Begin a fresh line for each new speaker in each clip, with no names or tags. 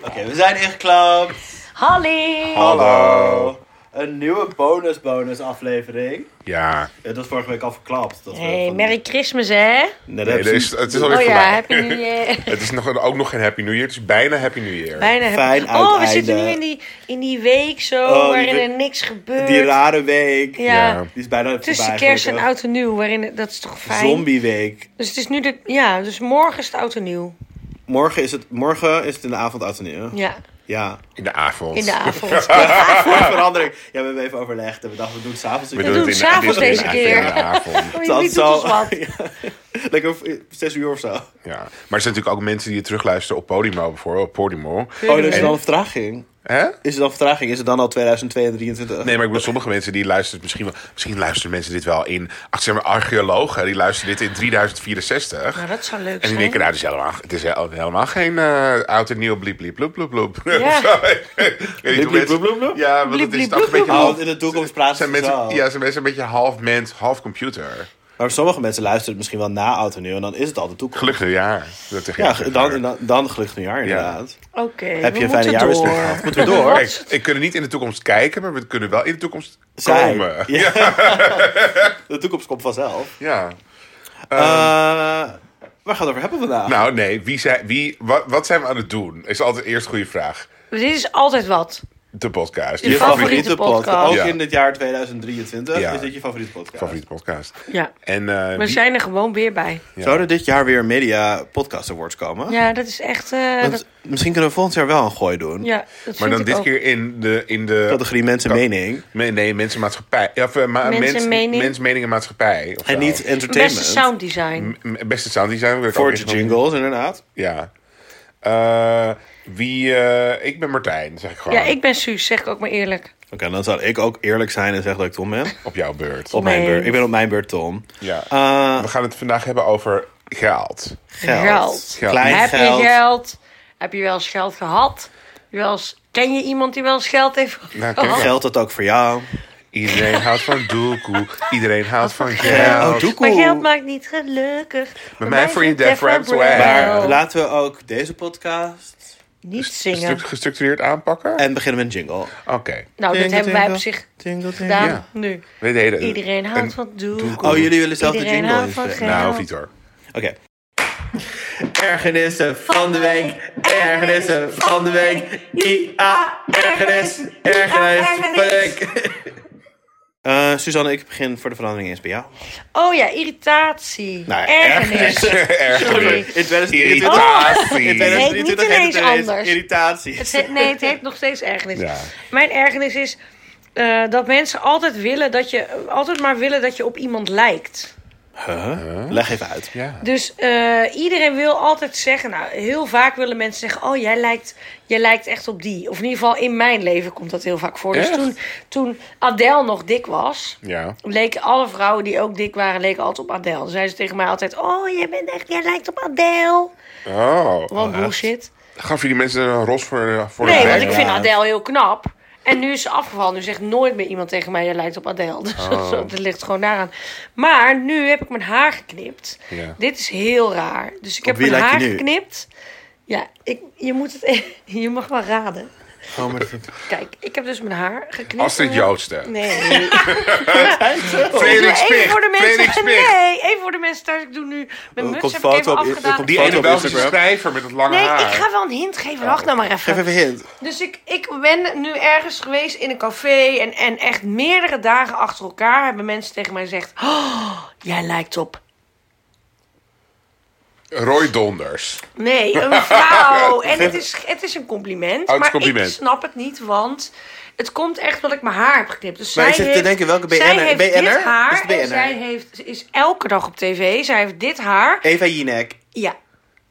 Oké, we zijn ingeklapt.
Halli!
Hallo. Een nieuwe bonus bonus aflevering.
Ja,
Het was vorige week al verklapt. Dat we
Hey,
van-
Merry Christmas, hè?
Nee, dat
nee,
hebben
er
ze-
is, het is alweer
oh ja,
voorbij.
Happy New Year.
Het is nog, ook nog geen Happy New Year, het is bijna Happy New Year.
Bijna happy-
Fijn
Oh, we
uiteinde.
zitten nu in die, in die week zo,
Oh, die
waarin
week-
er niks gebeurt.
Die rare week.
ja.
Ja.
Die is bijna
Tussen
voorbij,
kerst en
gelukkig.
oud en nieuw, waarin het- dat is toch fijn.
Zombie week.
Dus het is nu de, ja, dus morgen is het oud en nieuw.
Morgen is het, morgen is het in de avond uit en nieuw.
Ja,
Ja.
In de avond.
in de avond. Ja.
Voor verandering. Ja, we hebben even overlegd en we dachten we doen het s'avonds.
We
doen
doen
het
het in de-
s'avonds
dit is
deze
in de-
keer.
In de avond.
Wie doet ons wat?
Lekker v- zes uur of zo. Oh,
Ja. Maar er zijn natuurlijk ook mensen die het terugluisteren op Podimo bijvoorbeeld. Op Podimo.
dan is er dan een vertraging.
Hè?
Is er dan vertraging? Is het dan al 2023?
Nee, maar ik bedoel, sommige mensen die luisteren het misschien wel... Misschien luisteren mensen dit wel in... Ach, zeg maar, archeologen, die luisteren dit in 3064.
Nou, dat zou leuk
en die
zijn.
denken, nou, het is helemaal, het is he- helemaal geen eh oud en nieuw bliep, bliep, bloep, bloep, bloep.
Ja.
Zo, ik weet niet hoe
bliep,
mensen-
bloep, bloep, bloep?
Ja, want
Bliep,
het is
bliep,
toch
bloep,
een beetje
bloep.
half...
in de toekomst praten
zijn
ze
mensen,
zo.
Ja, zijn mensen een beetje half mens, half computer.
Maar sommige mensen luisteren het misschien wel na oud en nieuw en dan is het al de toekomst.
Gelukkig jaar. Dat er geen
Ja,
gelukkig
dan,
jaar.
dan, dan gelukkig nieuwjaar inderdaad.
Oké,
Heb
we
je een fijne
moeten
jaarwisseling
door.
gehad? Moeten we door?
Kijk, we kunnen niet in de toekomst kijken, maar we kunnen wel in de toekomst
Zijn.
komen. Ja.
Ja. De toekomst komt vanzelf. Eh, waar gaan we het over hebben vandaag?
Ehm. Nou, nee. Wie zijn, wie, wat, wat zijn we aan het doen? Is altijd eerst een goede vraag.
Dit is altijd wat.
De podcast.
Je favoriete podcast.
Ook
Ja.
in het jaar 2023
Ja.
is dit je favoriete podcast.
favoriete podcast.
Ja.
En eh,
We
wie-
zijn er gewoon weer bij.
Zouden dit jaar weer Media Podcast Awards komen?
Ja, dat is echt... eh,
Oh. Want
dat,
Misschien kunnen we volgend jaar wel een gooi doen.
ja, dat
maar
vind
dan
ik
dit
ook.
keer in de... In de
Categorie mensen
Ka-
mening.
Nee, nee, mensenmaatschappij. Of, eh, ma-
Mensen
mens,
mening.
mens, mening en maatschappij. of
En
zo.
niet entertainment.
Beste sound design.
M- Beste sounddesign. wil ik
Voor
ook
de
echt wel-
jingles inderdaad.
Ja. Eh, wie... eh, ik ben Martijn, zeg ik gewoon.
Ja, ik ben Suus, zeg ik ook maar eerlijk.
Oké, dan zou ik ook eerlijk zijn en zeggen dat ik Tom ben.
Op jouw beurt.
Op mijn
Nee.
beurt. Ik ben op mijn beurt Tom.
Ja.
Eh,
We gaan het vandaag hebben over geld.
geld.
Geld.
Klein
heb je geld? Heb je wel eens geld gehad? Heb je wel eens- ken je iemand die wel eens geld heeft
Nou,
gehad?
kijk.
Geldt dat ook voor jou?
Iedereen houdt van doekoe. Iedereen houdt van
Oh,
geld.
doekoe.
Maar geld maakt niet gelukkig.
mij voor je
zit
death
Def
raps
Rap
weg.
Rail.
Maar laten we ook deze podcast
Niet zingen.
Struct- gestructureerd aanpakken?
en beginnen met een jingle.
Oké.
Nou, dit
Jingle,
hebben wij op
jingle,
zich
Jingle, jingle.
gedaan
Ja.
nu.
We deden een-
Iedereen houdt
een-
van doe.
doekoe.
Oh, jullie willen zelf de
Iedereen
jingle
houdt van
invullen?
geld.
Nou, of niet hoor.
Oké. Ergernissen van de week. Ergernissen van de week. I-A. Ergernis. Ergernis van de week. Eh, Suzanne, ik begin voor de verandering eens bij jou.
Oh ja, irritatie.
Nou,
ergernis. Sorry.
Ergernis.
In 2023.
Irritatie.
Oh. Nee. niet ineens anders.
Irritatie.
Het heet- nee, het heet nog steeds ergernis.
Ja.
Mijn ergernis is eh, dat mensen altijd willen dat je altijd maar willen dat je op iemand lijkt.
Huh? Leg even uit.
Ja.
Dus eh, iedereen wil altijd zeggen, nou, heel vaak willen mensen zeggen, oh jij lijkt, jij lijkt echt op die. Of in ieder geval in mijn leven komt dat heel vaak voor.
Echt?
Dus toen, toen Adele nog dik was,
Ja.
leken alle vrouwen die ook dik waren, leken altijd op Adele. Dan zeiden ze tegen mij altijd, oh jij bent echt, jij lijkt op Adele.
Oh.
Wat
echt?
bullshit.
Gaf je die mensen een ros voor, voor
Nee,
de
want
bek?
Ja.
ik vind Adele heel knap. En nu is ze afgevallen. Nu zegt nooit meer iemand tegen mij, je lijkt op Adele. Dus
Oh.
dat ligt gewoon daaraan. Maar nu heb ik mijn haar geknipt.
Ja.
Dit is heel raar. Dus ik heb
wie
mijn
lijk je
haar
nu?
geknipt. Ja, ik, je, moet het, e- je mag wel raden.
Oh, maar dat
Kijk, ik heb dus mijn haar geknipt.
Astrid Joodste.
Nee.
Felix
even
Picht.
voor de
Felix
mensen.
Picht.
Nee, even voor de mensen thuis. Ik doe nu
Er
mijn muts
komt
heb ik
foto
even
op- er
afgedaan.
komt
Die
Foto
ene
op
Belgische
Instagram.
schrijver met het lange
Nee,
haar.
ik ga wel een hint geven. Wacht nou maar even.
Oh, Geef even een hint.
Dus ik, ik ben nu ergens geweest in een café. En, en echt meerdere dagen achter elkaar hebben mensen tegen mij gezegd: oh, Jij lijkt op.
Roy Donders.
Nee, een vrouw. En het is, het is een compliment.
Oh, het
maar
is compliment.
ik snap het niet, want het komt echt dat ik mijn haar heb geknipt. Dus
Maar
zij
ik zit te
heeft,
denken, welke
Zij
BN'er?
heeft
BN'er?
dit
Is
haar
het BN'er?
en zij heeft, ze is elke dag op tv. Zij heeft dit haar.
Eva Jinek.
Ja.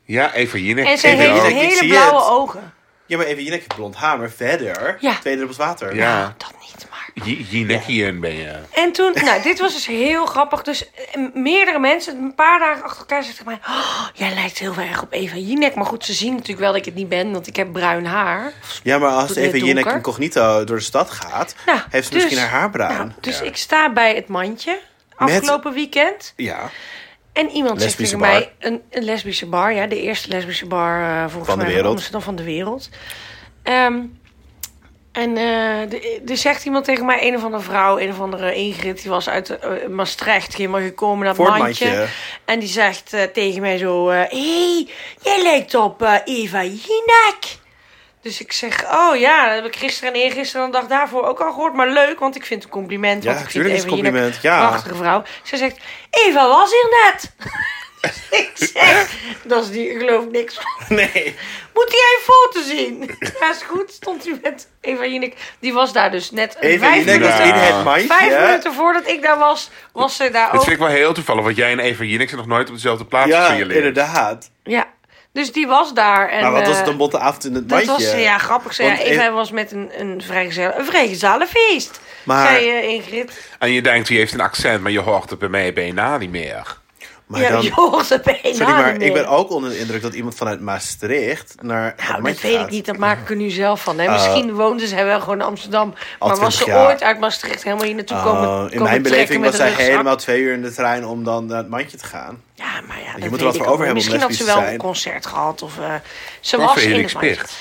Ja, even Jinek.
En zij
Ik
heeft
ook.
ik
hele
zie
blauwe
het.
ogen.
Ja, maar Eva Jinek heeft blond haar, maar verder.
Ja.
Twee druppels water.
Ja.
Nou, Dat niet, maar...
J- Jinekian ben je.
En toen, nou, dit was dus heel grappig. Dus eh, meerdere mensen, een paar dagen achter elkaar, zeggen tegen mij... "Oh, jij lijkt heel erg op Eva Jinek. Maar goed, ze zien natuurlijk wel dat ik het niet ben, want ik heb bruin haar.
Ja, maar als
Doet het
Eva Jinek
donker?
incognito door de stad gaat,
Nou,
heeft ze
dus-
misschien haar haar bruin.
Nou, dus
Ja.
ik sta bij het mandje afgelopen weekend.
Ja.
En iemand zegt
Lesbische
tegen mij, een, een lesbische bar, ja, de eerste lesbische bar eh, volgens
Van de
mij
wereld.
van Amsterdam van de wereld. Ehm, en eh, de- er zegt iemand tegen mij, een of andere vrouw, een of andere Ingrid, die was uit eh, Maastricht, helemaal gekomen naar
Voor
het
het
mandje.
mandje.
En die zegt eh, tegen mij zo, hé, hey, jij lijkt op eh, Eva Jinek. Dus ik zeg, oh ja, dat heb ik gisteren en eergisteren en de dag daarvoor ook al gehoord. Maar leuk, want ik vind het een compliment.
Ja,
want ik vind
tuurlijk is
Eva
het
Jinek
compliment, ja.
een prachtige vrouw. Ze zegt, Eva was hier net. ik zeg, dat is niet, ik geloof niks van.
Nee.
Moet jij een foto zien? ja, is goed, stond u met Eva Jinek. Die was daar dus net een
Even
vijf
Jinek was
minuten...
in het mandje.
Vijf minuten voordat ik daar was, was ze daar
Dit
ook.
vind ik wel heel toevallig, want jij en Eva Jinek zijn nog nooit op dezelfde plaats
Ja,
gesignaleerd.
inderdaad.
Ja, dus die was daar. En,
Maar wat was het
eh,
een botte avond in het
Dat
mandje?
was, eh, ja, grappig. Zei, ja,
Want in-
Eva was met een, een vrijgezel, een vrijgezellenfeest.
Maar-
Zei eh, Ingrid.
En je denkt, die heeft een accent, maar je hoort het bij mij bijna niet meer.
Maar
ja, nou,
dan,
je hoort er bijna
sorry, maar
niet meer.
ik ben ook onder de indruk dat iemand vanuit Maastricht naar het
Nou, dat
mandje
weet
gaat.
ik niet. Dat maak ik er nu zelf van. Hè. Misschien woonde ze wel gewoon in Amsterdam. Maar was
20
ze
Oh. jaar.
ooit uit Maastricht helemaal hier naartoe
Oh,
komen,
in
komen
mijn
trekken
beleving
met
was
een
zij
rugzak?
helemaal twee uur in de trein om dan naar het mandje te gaan.
Ja, maar ja, dat
moet er wat
weet
voor over
ik ook niet.
hebben om
Misschien had ze
lesbisch te
wel
zijn.
een concert gehad. Of, eh, ze
Van
was in
Frederik
het mandje.
Spicht.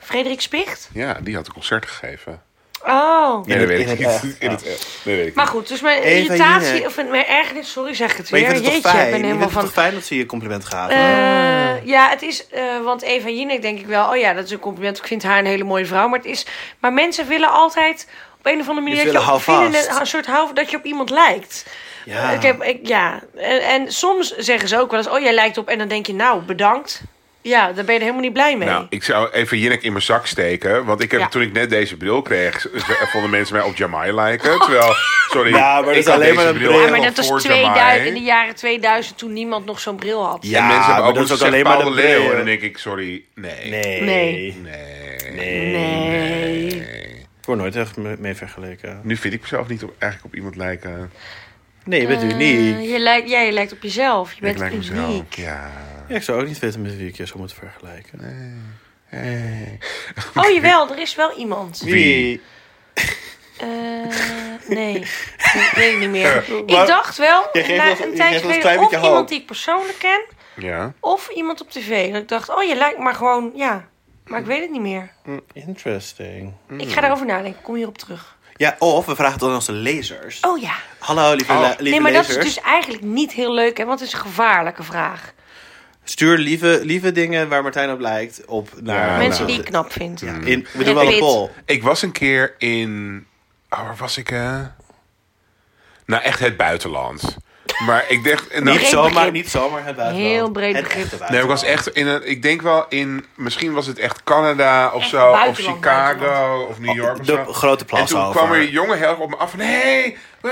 Frederik Spicht?
Ja, die had een concert gegeven.
Oh.
Nee,
In
dat
het-
weet ik
in het
niet.
echt,
In het echt. Nee, weet ik
Maar
niet.
goed, dus mijn
Eva
irritatie
Jinek.
of mijn ergernis, sorry zeg ik het
Maar
weer.
je vindt het
Jeetje,
toch fijn?
ik ben
je vindt
helemaal
het
van
toch fijn dat ze je compliment gaven?
Eh, ja, het is, eh, want Eva Jinek denk ik wel, oh ja, dat is een compliment. Ik vind haar een hele mooie vrouw, maar het is, maar mensen willen altijd op een of andere manier
Ze
dat
willen
je op-
houvast.
vinden een, een soort hou dat je op iemand lijkt. Eh,
Ja.
Ik heb, ik, ja. En, en soms zeggen ze ook wel eens, oh jij lijkt op, en dan denk je, nou bedankt. Ja, daar ben je er helemaal niet blij mee.
Nou, ik zou even Jinek in mijn zak steken. Want ik heb,
Ja.
toen ik net deze bril kreeg, z- z- vonden mensen mij op Jamai lijken. Terwijl, sorry,
Ja, maar dat
ik
is
had
alleen maar
deze
een
bril
bril.
ja,
Ja,
maar
al
dat
voor
was
Jamai.
2000, in de jaren 2000 toen niemand nog zo'n bril had.
Ja,
En mensen hebben
maar
ook
dat
dat
is ook alleen maar de
leeuw.
bril.
En dan denk ik, sorry, nee.
Nee.
Nee.
Nee.
Nee.
Nee.
Ik word nooit echt me- mee vergeleken.
Nu vind ik mezelf niet op, eigenlijk op iemand lijken.
Nee, je bent
Eh,
uniek.
je lijkt, ja, je lijkt op jezelf. Je
Ik
bent
lijk
uniek.
mezelf. Ja.
Ja, ik zou ook niet weten met wie ik je zou moeten vergelijken.
Hey.
Oh jawel, er is wel iemand.
Wie?
Eh, nee, ik weet het niet meer.
Maar-
ik dacht wel,
Je geeft
na
ons- je geeft
een
ons
tijdje
een
geleden,
klein
of
beetje hoop.
iemand die ik persoonlijk ken,
Ja.
of iemand op tv. Dat ik dacht, oh je lijkt maar gewoon, ja. Maar ik weet het niet meer.
Interesting.
Ik ga daarover nadenken, ik kom hierop terug.
Ja, of we vragen het aan onze lezers.
Oh ja.
Hallo, lieve,
Oh.
le- lieve
nee, maar
lezers.
dat is dus eigenlijk niet heel leuk, hè, want het is een gevaarlijke vraag.
Stuur lieve, lieve dingen waar Martijn op lijkt op naar...
Ja,
Mensen
nou,
die ik knap vind. Ja.
In, we
Ja,
doen wel een
weet.
poll.
Ik was een keer in. Oh, waar was ik? eh? Nou, echt het buitenland. Maar ik dacht. en dan-
Niet
Breed
zomaar,
begrip.
niet zomaar het buitenland.
Heel breed
Het
begrip.
echte
Nee, ik was
buitenland.
echt in een. Ik denk wel in. Misschien was het echt Canada of
Echt
zo. Of
buitenland,
Chicago
buitenland.
of New York. Of
de
zo.
grote
En
plaza
toen
over.
kwam er een jongen heel erg op me af van hey. eh.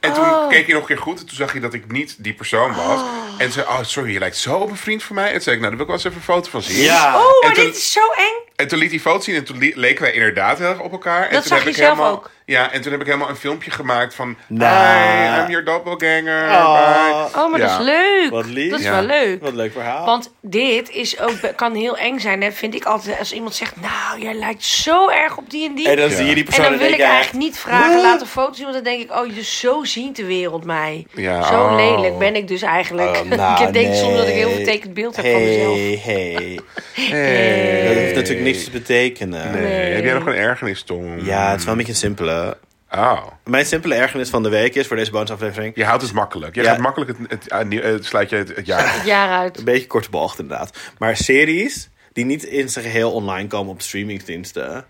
En toen
Oh.
keek hij nog een keer goed. En toen zag hij dat ik niet die persoon was. En zei: Oh, sorry, je lijkt zo op een vriend van mij. En toen zei ik: Nou, daar wil ik wel eens even een foto van zien.
Ja.
Oh, maar
En toen-
dit is zo eng.
En toen liet hij foto's zien en toen li- leken wij inderdaad heel erg op elkaar. en
Dat
toen
zag
heb
je
ik
zelf
helemaal,
ook.
Ja, en toen heb ik helemaal een filmpje gemaakt van...
Nou.
Hi, I'm your doppelganger.
Oh.
bye."
Oh, maar dat
Ja.
is leuk.
Wat lief.
Dat is
Ja.
wel leuk.
Wat een leuk verhaal.
Want dit is ook, kan heel eng zijn, hè, vind ik altijd. Als iemand zegt, nou, jij lijkt zo erg op die en die.
en dan
Ja.
zie je die
En
persoon
dan wil
denk
ik
je
eigenlijk niet vragen,
Wat?
laat een foto zien. Want dan denk ik, oh, dus zo ziet de wereld mij.
Ja,
zo
oh.
lelijk ben ik dus eigenlijk.
Oh, nou,
ik denk soms dat ik
nee.
heel vertekend beeld heb van mezelf.
Hey, hey.
Hey.
Dat hoeft natuurlijk niks te betekenen.
Nee. Heb jij nog een ergernis, Tom?
Ja, het is wel een beetje een simpele.
Oh.
Mijn simpele ergernis van de week is voor deze bonusaflevering...
Je houdt het makkelijk. Je
Ja.
gaat makkelijk het, het, het, het- sluit je het, het jaar.
Het jaar uit.
Een beetje korte bocht inderdaad. Maar series die niet in zijn geheel online komen op streamingsdiensten.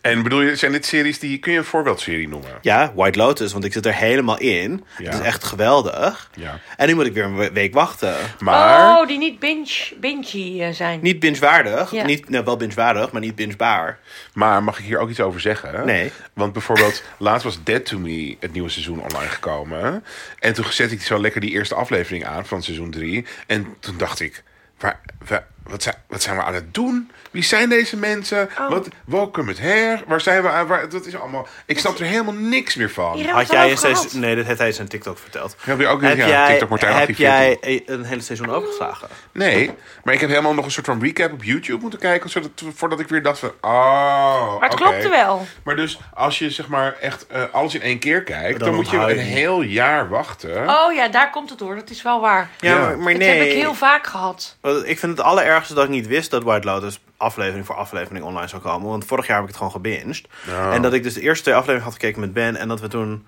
En bedoel je, zijn dit series die... Kun je een voorbeeldserie noemen?
Ja, White Lotus, want ik zit er helemaal in.
Ja.
Het is echt geweldig.
Ja.
En nu moet ik weer een we- week wachten.
Maar...
Oh, die niet binge, binge eh, zijn.
Niet bingewaardig.
Ja.
Niet, nou, wel bingewaardig, maar niet bingebaar.
Maar mag ik hier ook iets over zeggen?
Nee.
Want bijvoorbeeld, laatst was Dead to Me het nieuwe seizoen online gekomen. En toen zette ik zo lekker die eerste aflevering aan van seizoen 3. En toen dacht ik, waar, waar, Wat zijn, wat zijn we aan het doen? Wie zijn deze mensen?
Oh.
Wat, welke met her? Waar zijn we aan? Waar, dat is allemaal. Ik snap er helemaal niks meer van.
Hier hebben
Ja,
Had
we
jij
het al
een
over gehad.
seizoen... Nee, dat heeft hij in zijn TikTok verteld.
Heb je ook
Heb
ja,
jij,
TikTok Martijn
heb
activeert
jij
het.
e- een hele seizoen overgeslagen?
Nee, maar ik heb helemaal nog een soort van recap op YouTube moeten kijken. Zodat, voordat ik weer dacht van. Oh.
Maar het
oké.
klopte wel.
Maar dus als je zeg maar echt eh, alles in één keer kijkt, dan,
Dan
moet je
onthoud
een
je.
heel jaar wachten.
Oh ja, daar komt het door. Dat is wel waar.
Ja,
Ja.
Maar, maar
Dat heb
nee.
ik heel vaak gehad.
Want Ik vind het allerergste dat ik niet wist dat White Lotus aflevering voor aflevering online zou komen. Want vorig jaar heb ik het gewoon gebinged.
Ja.
En dat ik dus de eerste twee afleveringen had gekeken met Ben. En dat we toen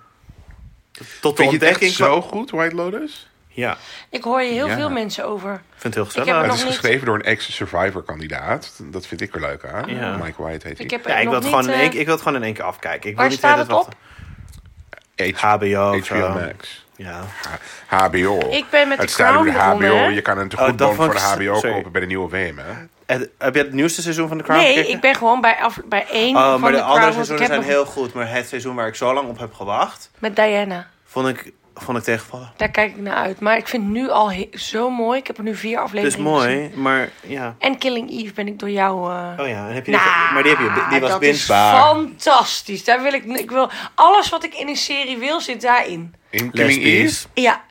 tot de
Vind je het echt
ontdekking
zo goed, White Lotus?
kwam- Ja, ik
Ik hoor je heel
Ja.
veel mensen over.
vind het heel gezellig.
Ik heb er
Het
nog
is
niet.
geschreven door een ex-survivor-kandidaat. Dat vind ik er leuk aan.
Ja.
Mike White heet
Ik
hij.
heb
Ja, ik
nog
wil, het
niet,
gewoon in
eh,
één, ik wil het gewoon in één keer afkijken. Ik wil
Waar
niet
staat
weten
het
dat
op?
H-
HBO of
HBO
zo.
Max.
Ja.
H- HBO.
Ik ben met
het
de
staat
Crown
door de HBO.
begonnen, hè?
Je kan een
Oh, dat
goedbon
vond
voor
ik
de
s-
HBO
sorry.
kopen bij de nieuwe WM, hè?
En Heb je het nieuwste seizoen van de Crown
Nee,
gekeken?
ik ben gewoon bij, af, bij één
Oh,
van
maar de, andere
de Crown, want ik
seizoenen
heb
zijn
nog-
heel goed. Maar het seizoen waar ik zo lang op heb gewacht,
Met Diana.
vond ik, vond ik tegenvallen.
Daar kijk ik naar uit. Maar ik vind het nu al he- zo mooi. Ik heb er nu
Het
vier
is
afleveringen gezien.
Dus mooi, maar ja.
En Killing Eve ben ik door jou... eh,
Oh ja, en heb je die,
Nou,
maar die, heb je, die was
dat is
bingebaar.
fantastisch. Daar wil ik, ik wil, alles wat ik in een serie wil, zit daarin.
In Killing Eve?
Lesbisch.
Ja.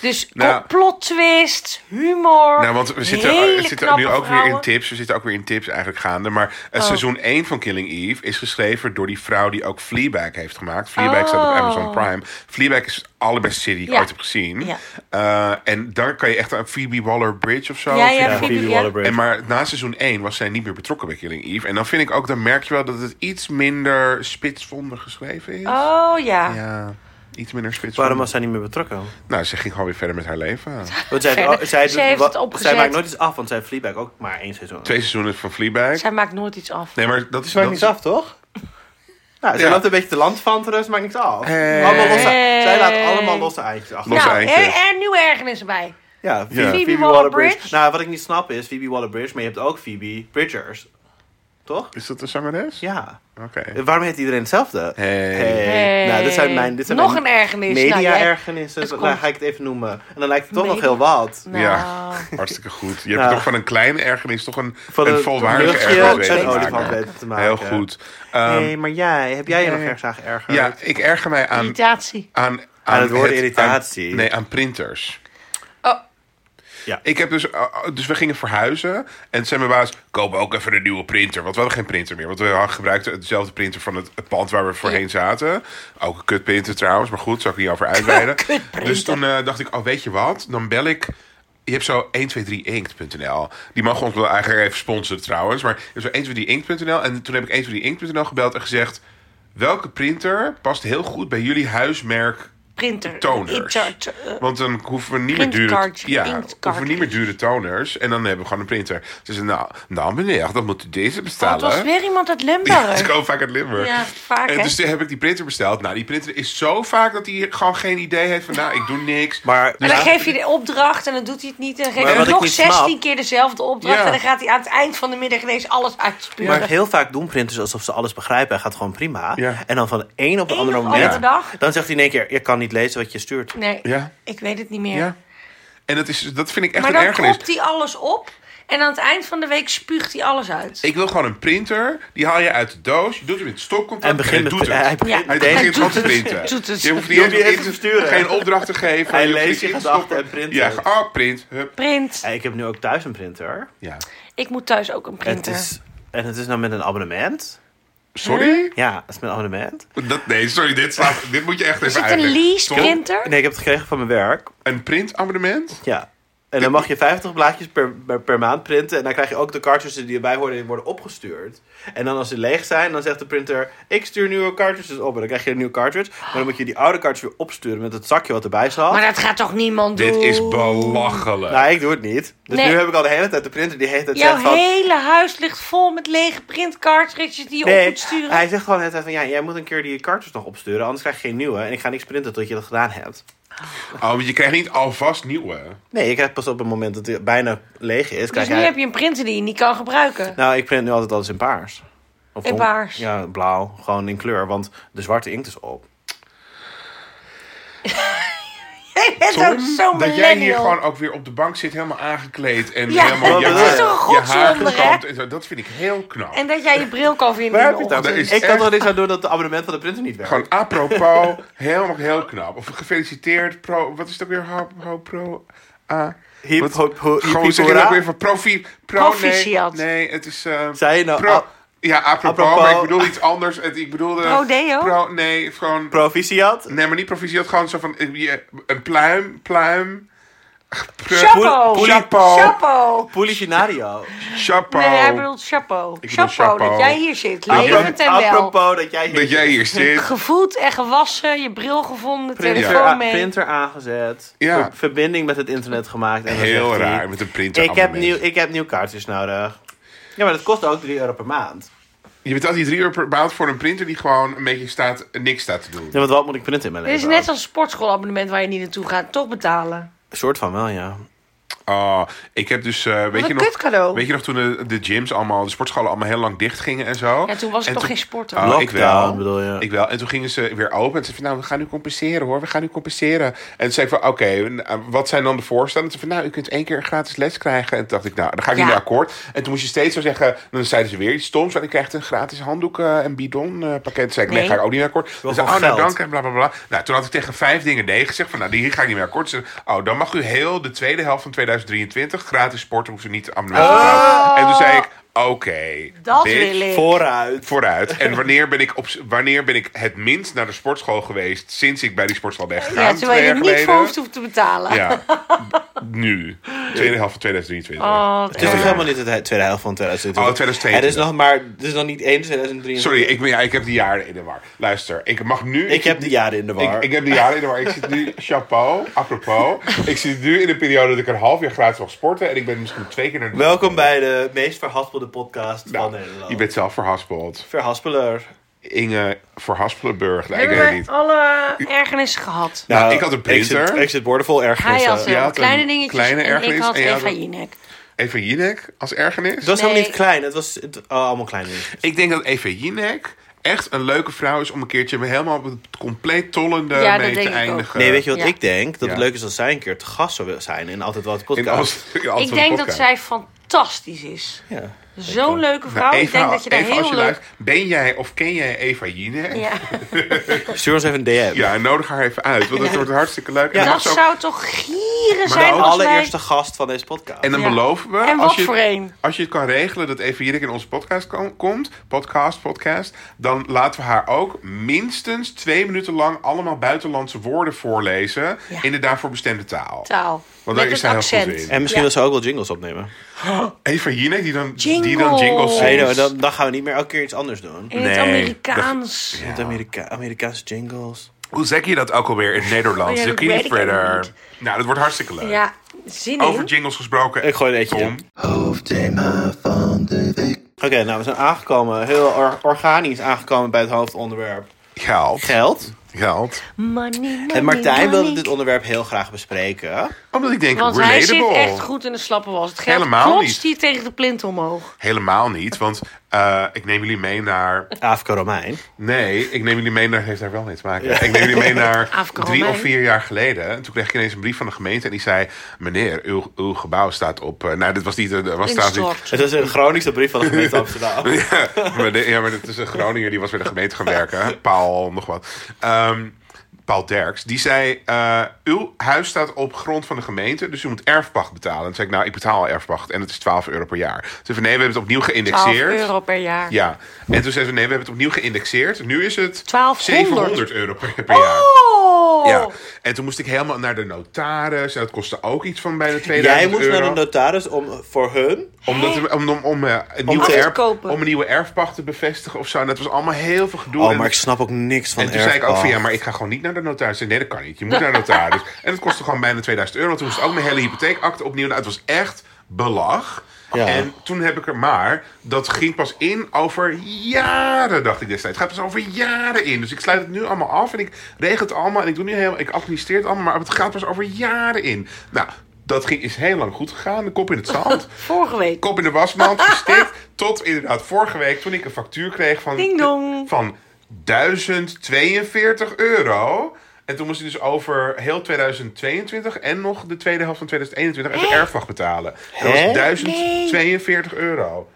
Dus
Nou.
complot twist, humor.
Nou, want we zitten,
hele
we zitten
knappe
nu ook weer in
vrouwen. Oh.
tips. We zitten ook weer in tips eigenlijk gaande. Maar het seizoen 1 van Killing Eve is geschreven door die vrouw die ook Fleabag heeft gemaakt. Fleabag staat op
Oh.
Amazon Prime. Fleabag is de allerbeste serie die ik
Ja.
ooit heb gezien.
Ja.
Eh, en daar kan je echt aan Phoebe Waller-Bridge of zo.
Ja,
Phoebe
ja,
Ja,
Phoebe,
Phoebe
ja.
Waller-Bridge.
En maar na seizoen 1 was zij niet meer betrokken bij Killing Eve. En dan vind ik ook, dan merk je wel dat het iets minder spitsvondig geschreven is.
Oh ja.
Ja, iets minder
Waarom was
spitsvondig.
zij niet meer betrokken?
Nou, ze ging gewoon weer verder met haar leven.
Want zij,
Verder.
zij,
Ze heeft
wa-
het opgezet.
zij maakt nooit iets af, want zij heeft Fleabag ook maar één seizoen.
Twee seizoenen van Fleabag.
Zij maakt nooit iets af.
Nee, maar dat is
Ze maakt
wel
niks af, toch? Nou, zij
Ja.
loopt een beetje te land van, dus maakt niks af.
Hey.
Allemaal losse, zij laat allemaal losse eindjes achter.
Losse
nou, er,
eindjes.
er nieuwe ergernissen bij.
Ja,
Phoebe
Waller-Bridge.
Nou, wat ik niet snap is Phoebe Waller-Bridge, maar je hebt ook Phoebe Bridgers. Toch?
Is dat een zangeres?
Ja.
Oké.
Eh, Waarom heet iedereen hetzelfde?
Hey.
Hey.
Nou, dit zijn mijn... Dit zijn
Nog
mijn
een ergernis. Nou, jij-
Media-ergernissen,
het
nou,
komt.
ga ik het even noemen. En dan lijkt het toch
Media.
nog heel wat.
Nou,
Ja. Hartstikke goed. Je hebt
Ja.
toch van een kleine ergernis toch een, een
Nou. een
volwaardige
luchtje
ergernis
een
weten te
olifant
maken.
weten te maken.
Heel goed. Ehm,
Nee, maar jij, heb jij je nog
nee.
erg graag erger?
ja, ik erger mij aan...
Irritatie.
Aan, aan,
het woord irritatie.
aan- nee, aan printers.
Oh,
Ik heb dus, uh, dus we gingen verhuizen. En toen zei mijn baas, koop ook even een nieuwe printer. Want we hadden geen printer meer. Want we gebruikten dezelfde printer van het het pand waar we voorheen zaten. Ook een kutprinter trouwens, maar goed, zou ik niet over uitweiden.
Kutprinter.
dus toen eh, dacht ik, oh weet je wat, dan bel ik... Je hebt zo 123inkt.nl. Die mag ons wel eigenlijk even sponsoren trouwens. Maar je hebt zo 123inkt.nl. En toen heb ik 123inkt.nl gebeld en gezegd... Welke printer past heel goed bij jullie huismerk
printer.
Toners.
Inter- t- eh,
want dan hoeven we niet meer dure,
Printkaartje,
ja,
inktkaartje.
hoeven we niet meer dure toners. En dan hebben we gewoon een printer. Dus nou, nou meneer, dan moet u deze
oh, het
bestellen.
was weer iemand uit
ja, het
Limburg.
is gewoon vaak uit Limburg.
Ja, vaak,
en
hè?
dus toen heb ik die printer besteld. Nou, die printer is zo vaak dat hij gewoon geen idee heeft van... Nou, ik doe niks.
Maar,
En dan geef je de opdracht en dan doet hij het niet. En dan geef
Maar
je
wat ik
nog
niet
16
snap-
keer dezelfde opdracht.
Ja.
En dan gaat hij aan het eind van de middag ineens alles uitspuren.
maar heel vaak doen printers alsof ze alles begrijpen. Hij gaat gewoon prima.
Ja.
En dan van de een op de
Eén
andere
op de
moment...
andere dag.
Dan zegt hij in één keer, je kan niet lezen wat je stuurt.
Nee,
Ja.
ik weet het niet meer.
Ja. En dat, is, dat vind ik echt
maar
een
dan
ergernis.
klopt hij alles op. En aan het eind van de week spuugt hij alles uit.
Ik wil gewoon een printer. Die haal je uit de doos. Je doet hem in het stopcontact.
En begin
hij
met...
doet het.
Hij begint
Ja.
Hij
meteen-
Hij doet
begint gewoon te
het.
printen.
Hij doet het.
Je hoeft niet
Je
eens
hoeft niet
in
eens te sturen.
Geen opdracht te geven.
Hij
hoeft
leest
niks
je
in te
gedachten
stoppen.
en print
Ja,
het.
oh, print. Hup.
Print.
Ik heb nu ook thuis een printer.
Ja.
Ik moet thuis ook een
Het
printer.
is, en het is nou met een abonnement.
Sorry?
Ja, het is met een abonnement.
Dat, nee, sorry, dit, slaat, dit moet je echt
Is
even
het een
uitleggen. Tom,
lease-printer?
Nee, ik heb het gekregen van mijn werk.
Een printabonnement?
Ja. En dan mag je 50 blaadjes per, per, per maand printen. En dan krijg je ook de cartridges die erbij horen, die worden opgestuurd. En dan als ze leeg zijn, dan zegt de printer... Ik stuur nieuwe cartridges op. En dan krijg je een nieuwe cartridge. Maar dan moet je die oude cartridge weer opsturen met het zakje wat erbij zat.
Maar dat gaat toch niemand doen?
Dit is belachelijk.
Nou, ik doe het niet. Dus
Nee.
nu heb ik al de hele tijd de printer die heet het
Jouw
zegt van...
hele huis ligt vol met lege printcartridges die je op
Nee,
moet sturen.
hij zegt gewoon de hele tijd van... Ja, jij moet een keer die cartridge nog opsturen. Anders krijg je geen nieuwe. En ik ga niks printen tot je dat gedaan hebt.
Oh, want je krijgt niet alvast nieuwe.
Nee, je krijgt pas op het moment dat het bijna leeg is...
Dus
krijg
nu
jij-
heb je een printer die je niet kan gebruiken.
Nou, ik print nu altijd alles in paars. Of
In
donker.
paars?
Ja, blauw. Gewoon in kleur, want de zwarte inkt is op.
Jij bent
Tom,
ook zo
dat jij hier
millennial.
gewoon ook weer op de bank zit, helemaal aangekleed. En
Ja,
helemaal
dat is
toch een
je haar
godswonder, hè?
gekamd en zo. Dat vind ik heel knap.
En dat jij je bril kan vinden
Waar
in
heb
de
je het over?
Dat is
ochtend.
Ik kan
echt-
er niks aan doen dat het abonnement van de printer niet werkt.
Gewoon apropos, helemaal heel knap. Of gefeliciteerd, pro, wat is het ook weer? Ho, ho, pro, a.
Hip,
Wat-
hop, ho- hip,
Gewoon
hip,
zeg je dat
hoera?
ook weer van profi, pro,
Proficiat.
Nee, nee, het is... eh,
Zei je nou
pro-
a-
ja, apropos,
apropos.
maar ik bedoel iets anders. Het, ik bedoelde...
Pro deo?
Pro, nee, gewoon...
Proficiat.
Nee, maar niet proficiat, gewoon zo van... eh, je- Een pluim, pluim... Pre-
Chapeau.
Poelie-
Chapeau.
Chapeau.
Policinario.
Chapeau.
Nee, hij bedoelt chapeau.
bedoel
chapeau,
chapeau.
dat jij hier zit.
Apro-
Levend en wel.
Apropos dat jij
Dat jij hier zit.
Gevoeld en gewassen, je bril gevonden,
Printer,
telefoon
a-
mee.
printer aangezet.
Ja.
ver- Verbinding met het internet gemaakt. En dan
Heel
zegt hij,
raar, met een printer.
Ik heb, nieuw,
abonnement.
ik heb nieuw kaartjes nodig. Ja, maar dat kost ook 3 euro per maand.
Je betaalt die drie uur per maand voor een printer die gewoon een beetje staat, niks staat te doen.
Ja, want wat moet ik printen in mijn
Dit is
leven?
net als een sportschoolabonnement waar je niet naartoe gaat. Toch betalen.
Een soort van wel, ja.
Oh, ik heb dus, eh, weet,
Wat
je
een
nog,
kutcadeau.
weet je nog toen de, de gyms allemaal, de sportscholen allemaal heel lang dicht gingen en zo.
Ja, toen was het
En
nog geen sporten.
Oh, ik wel.
Lockdown, bedoel je.
Ik wel. En toen gingen ze weer open. En ze van, nou, we gaan nu compenseren hoor, we gaan nu compenseren. En toen zei ik van, oké, nou, wat zijn dan de voorstanden? Ze van, nou, u kunt één keer een gratis les krijgen. En toen dacht ik, nou, daar ga ik
Ja.
niet mee akkoord. En toen moest je steeds zo zeggen, dan zeiden ze weer iets stoms. En dan krijgt een gratis handdoek eh, en bidon eh, pakket. Toen zei ik, nee,
Nee.
ga ik ook niet mee akkoord.
Wel
Dus oh,
gewoon
nou,
geld.
dan en bla bla bla. Nou, toen had ik tegen vijf dingen nee gezegd. Van nou, die hier ga ik niet meer akkoord. Ze zeiden, oh, dan mag u heel de tweede helft van 2023 gratis sporten. Hoeft u niet te abonnement te houden. En toen zei ik, oké.
Oh. Dat
bitch,
wil ik.
Vooruit.
Vooruit. En wanneer ben, ik op, wanneer ben ik het minst naar de sportschool geweest sinds ik bij die sportschool ben gegaan?
Ja, terwijl
twee
je
jaar
er niet voor
geleden?
hoeft te betalen.
Ja, nu. Tweede helft van 2023.
Oh, wat
Het is
erg.
nog helemaal niet de he- tweede helft van 2020.
Oh, 2022.
Het is nog maar, het is nog niet 1 2023.
Sorry, ik, ben, ja, ik heb die jaren in de war. Luister, ik mag nu...
Ik heb de jaren in de war.
Ik, ik heb de jaren in de war. Ik zit nu, chapeau, apropos. Ik zit nu in een periode dat ik een half jaar gratis mag sporten. En ik ben misschien twee keer naar de...
Welkom bij de meest verhaspelde podcast
Nou,
van Nederland.
je bent zelf verhaspeld.
Verhaspeler.
Inge voor Haspelenburg. Nee, ik
Hebben
weet het
we
niet.
alle ergernissen gehad?
Nou, ik had een printer.
Ik zit, ik zit boordevol
Hij
ergernissen.
had
jij
eh,
had
kleine
een
dingetjes
kleine
en ik
ergernis
had
en jij had
Eva
een-
Jinek.
Eva Jinek als ergernis.
Het was helemaal
Nee.
niet klein. Het was het, oh, allemaal klein. dingetjes.
Ik denk dat Eva Jinek echt een leuke vrouw is om een keertje helemaal op het compleet tollende
Ja, dat denk
mee te
ik ook.
eindigen.
Nee, weet je wat
Ja.
ik denk? Dat
Ja.
het leuk is als zij een keer te gast zou willen zijn in altijd wat
In
podcast.
als, in als
Ik
een
denk dat
podcast.
zij fantastisch is.
Ja.
Zo'n leuke vrouw.
Nou,
ik denk dat je daar
Eva, als
heel
je
leuk...
luistert, ben jij of ken jij Eva Jinek? Ja.
Ja.
Stuur ons even een DM.
en nodig haar even uit, want het wordt hartstikke leuk. En, dan
Dat
mag ze ook-
zou toch gieren
Maar
zijn
De
ook-
als wij...
allereerste gast van deze podcast.
en dan
Ja.
beloven we,
En
als,
wat
je,
voor een?
als je het kan regelen dat Eva Jinek in onze podcast kom- komt, podcast, podcast, dan laten we haar ook minstens twee minuten lang allemaal buitenlandse woorden voorlezen
Ja.
in de daarvoor bestemde taal.
Taal.
daar
Met
is
het
zij heel goed
accent.
in.
En misschien
Ja.
wil ze ook wel jingles opnemen.
Oh, Eva Jinek die dan die dan
Jingles.
jingles
Hey,
Nee, nou,
zingt.
dan, dan gaan we niet meer elke keer iets anders doen.
In het
Nee,
Amerikaans.
Met Amerika Amerikaanse jingles.
Hoe zeg je dat ook alweer in het Nederlands?
Oh ja,
De
dat
Kiddy
weet ik
Spreader.
ook niet.
Nou, dat wordt hartstikke leuk.
Ja, zin
Over
in.
jingles gesproken.
Ik gooi een eentje
Tom.
in.
Hoofdthema van de week.
Oké, nou we zijn aangekomen, heel or- organisch aangekomen bij het hoofdonderwerp
Geld.
geld.
Geld.
Money, money,
En Martijn wilde
money.
dit onderwerp heel graag bespreken.
Omdat ik denk,
Want hij zit
relatable.
echt goed in de slappe was. Het geld
Helemaal
klotst
niet.
hier tegen de plint omhoog.
Helemaal niet, want eh, ik neem jullie mee naar...
Afke Romein.
Nee, ik neem jullie mee naar... heeft daar wel mee te maken. Ik neem jullie mee naar
Afkomen.
drie of vier jaar geleden. En toen kreeg ik ineens een brief van de gemeente en die zei... Meneer, uw, uw gebouw staat op... eh, nou, dit was niet... eh, was staat niet
Instort.
Het is een Groningse brief van de gemeente Amsterdam.
ja, maar, de- ja, maar dat is een Groninger die was bij de gemeente gaan werken. hè. Paul, nog wat. Ehm, Paul Derks, die zei: eh, Uw huis staat op grond van de gemeente, dus u moet erfpacht betalen. En toen zei ik: Nou, ik betaal erfpacht en het is 12 euro per jaar. Toen zei van, Nee, we hebben het opnieuw
12
geïndexeerd.
euro per jaar.
Ja, en toen zei ze: Nee, we hebben het opnieuw geïndexeerd. Nu is het
1200.
700 euro per, per jaar.
Oh!
Ja. En toen moest ik helemaal naar de notaris. En dat kostte ook iets van bijna 2000
Jij moest
euro.
naar de notaris om voor hun.
Omdat we- om, om, om, eh, een nieuwe
af te
erf,
kopen.
om een nieuwe erfpacht te bevestigen of zo. En dat was allemaal heel veel gedoe.
Oh,
En-
maar ik snap ook niks van
en toen zei ik ook van
erfpacht.
ja, maar ik ga gewoon niet naar de notaris. Ik zei, Nee, dat kan niet. Je moet naar de notaris. en dat kostte gewoon bijna 2000 euro. Toen moest ook mijn hele hypotheekakte opnieuw. Nou, het was echt belag.
Ja.
En toen heb ik er maar, dat ging pas in over jaren, dacht ik destijds. Het gaat pas over jaren in. Dus ik sluit het nu allemaal af en ik regel het allemaal en ik doe nu helemaal, ik administreer het allemaal, maar het gaat pas over jaren in. Nou, dat ging, is heel lang goed gegaan, de kop in het zand.
Vorige week.
kop in de wasmand gestikt. tot inderdaad vorige week toen ik een factuur kreeg van,
Ding dong.
van 1042 euro. En toen moest hij dus over heel 2022 en nog de tweede helft van 2021 uit de erfwacht betalen. En dat
Hè?
was 1042 euro.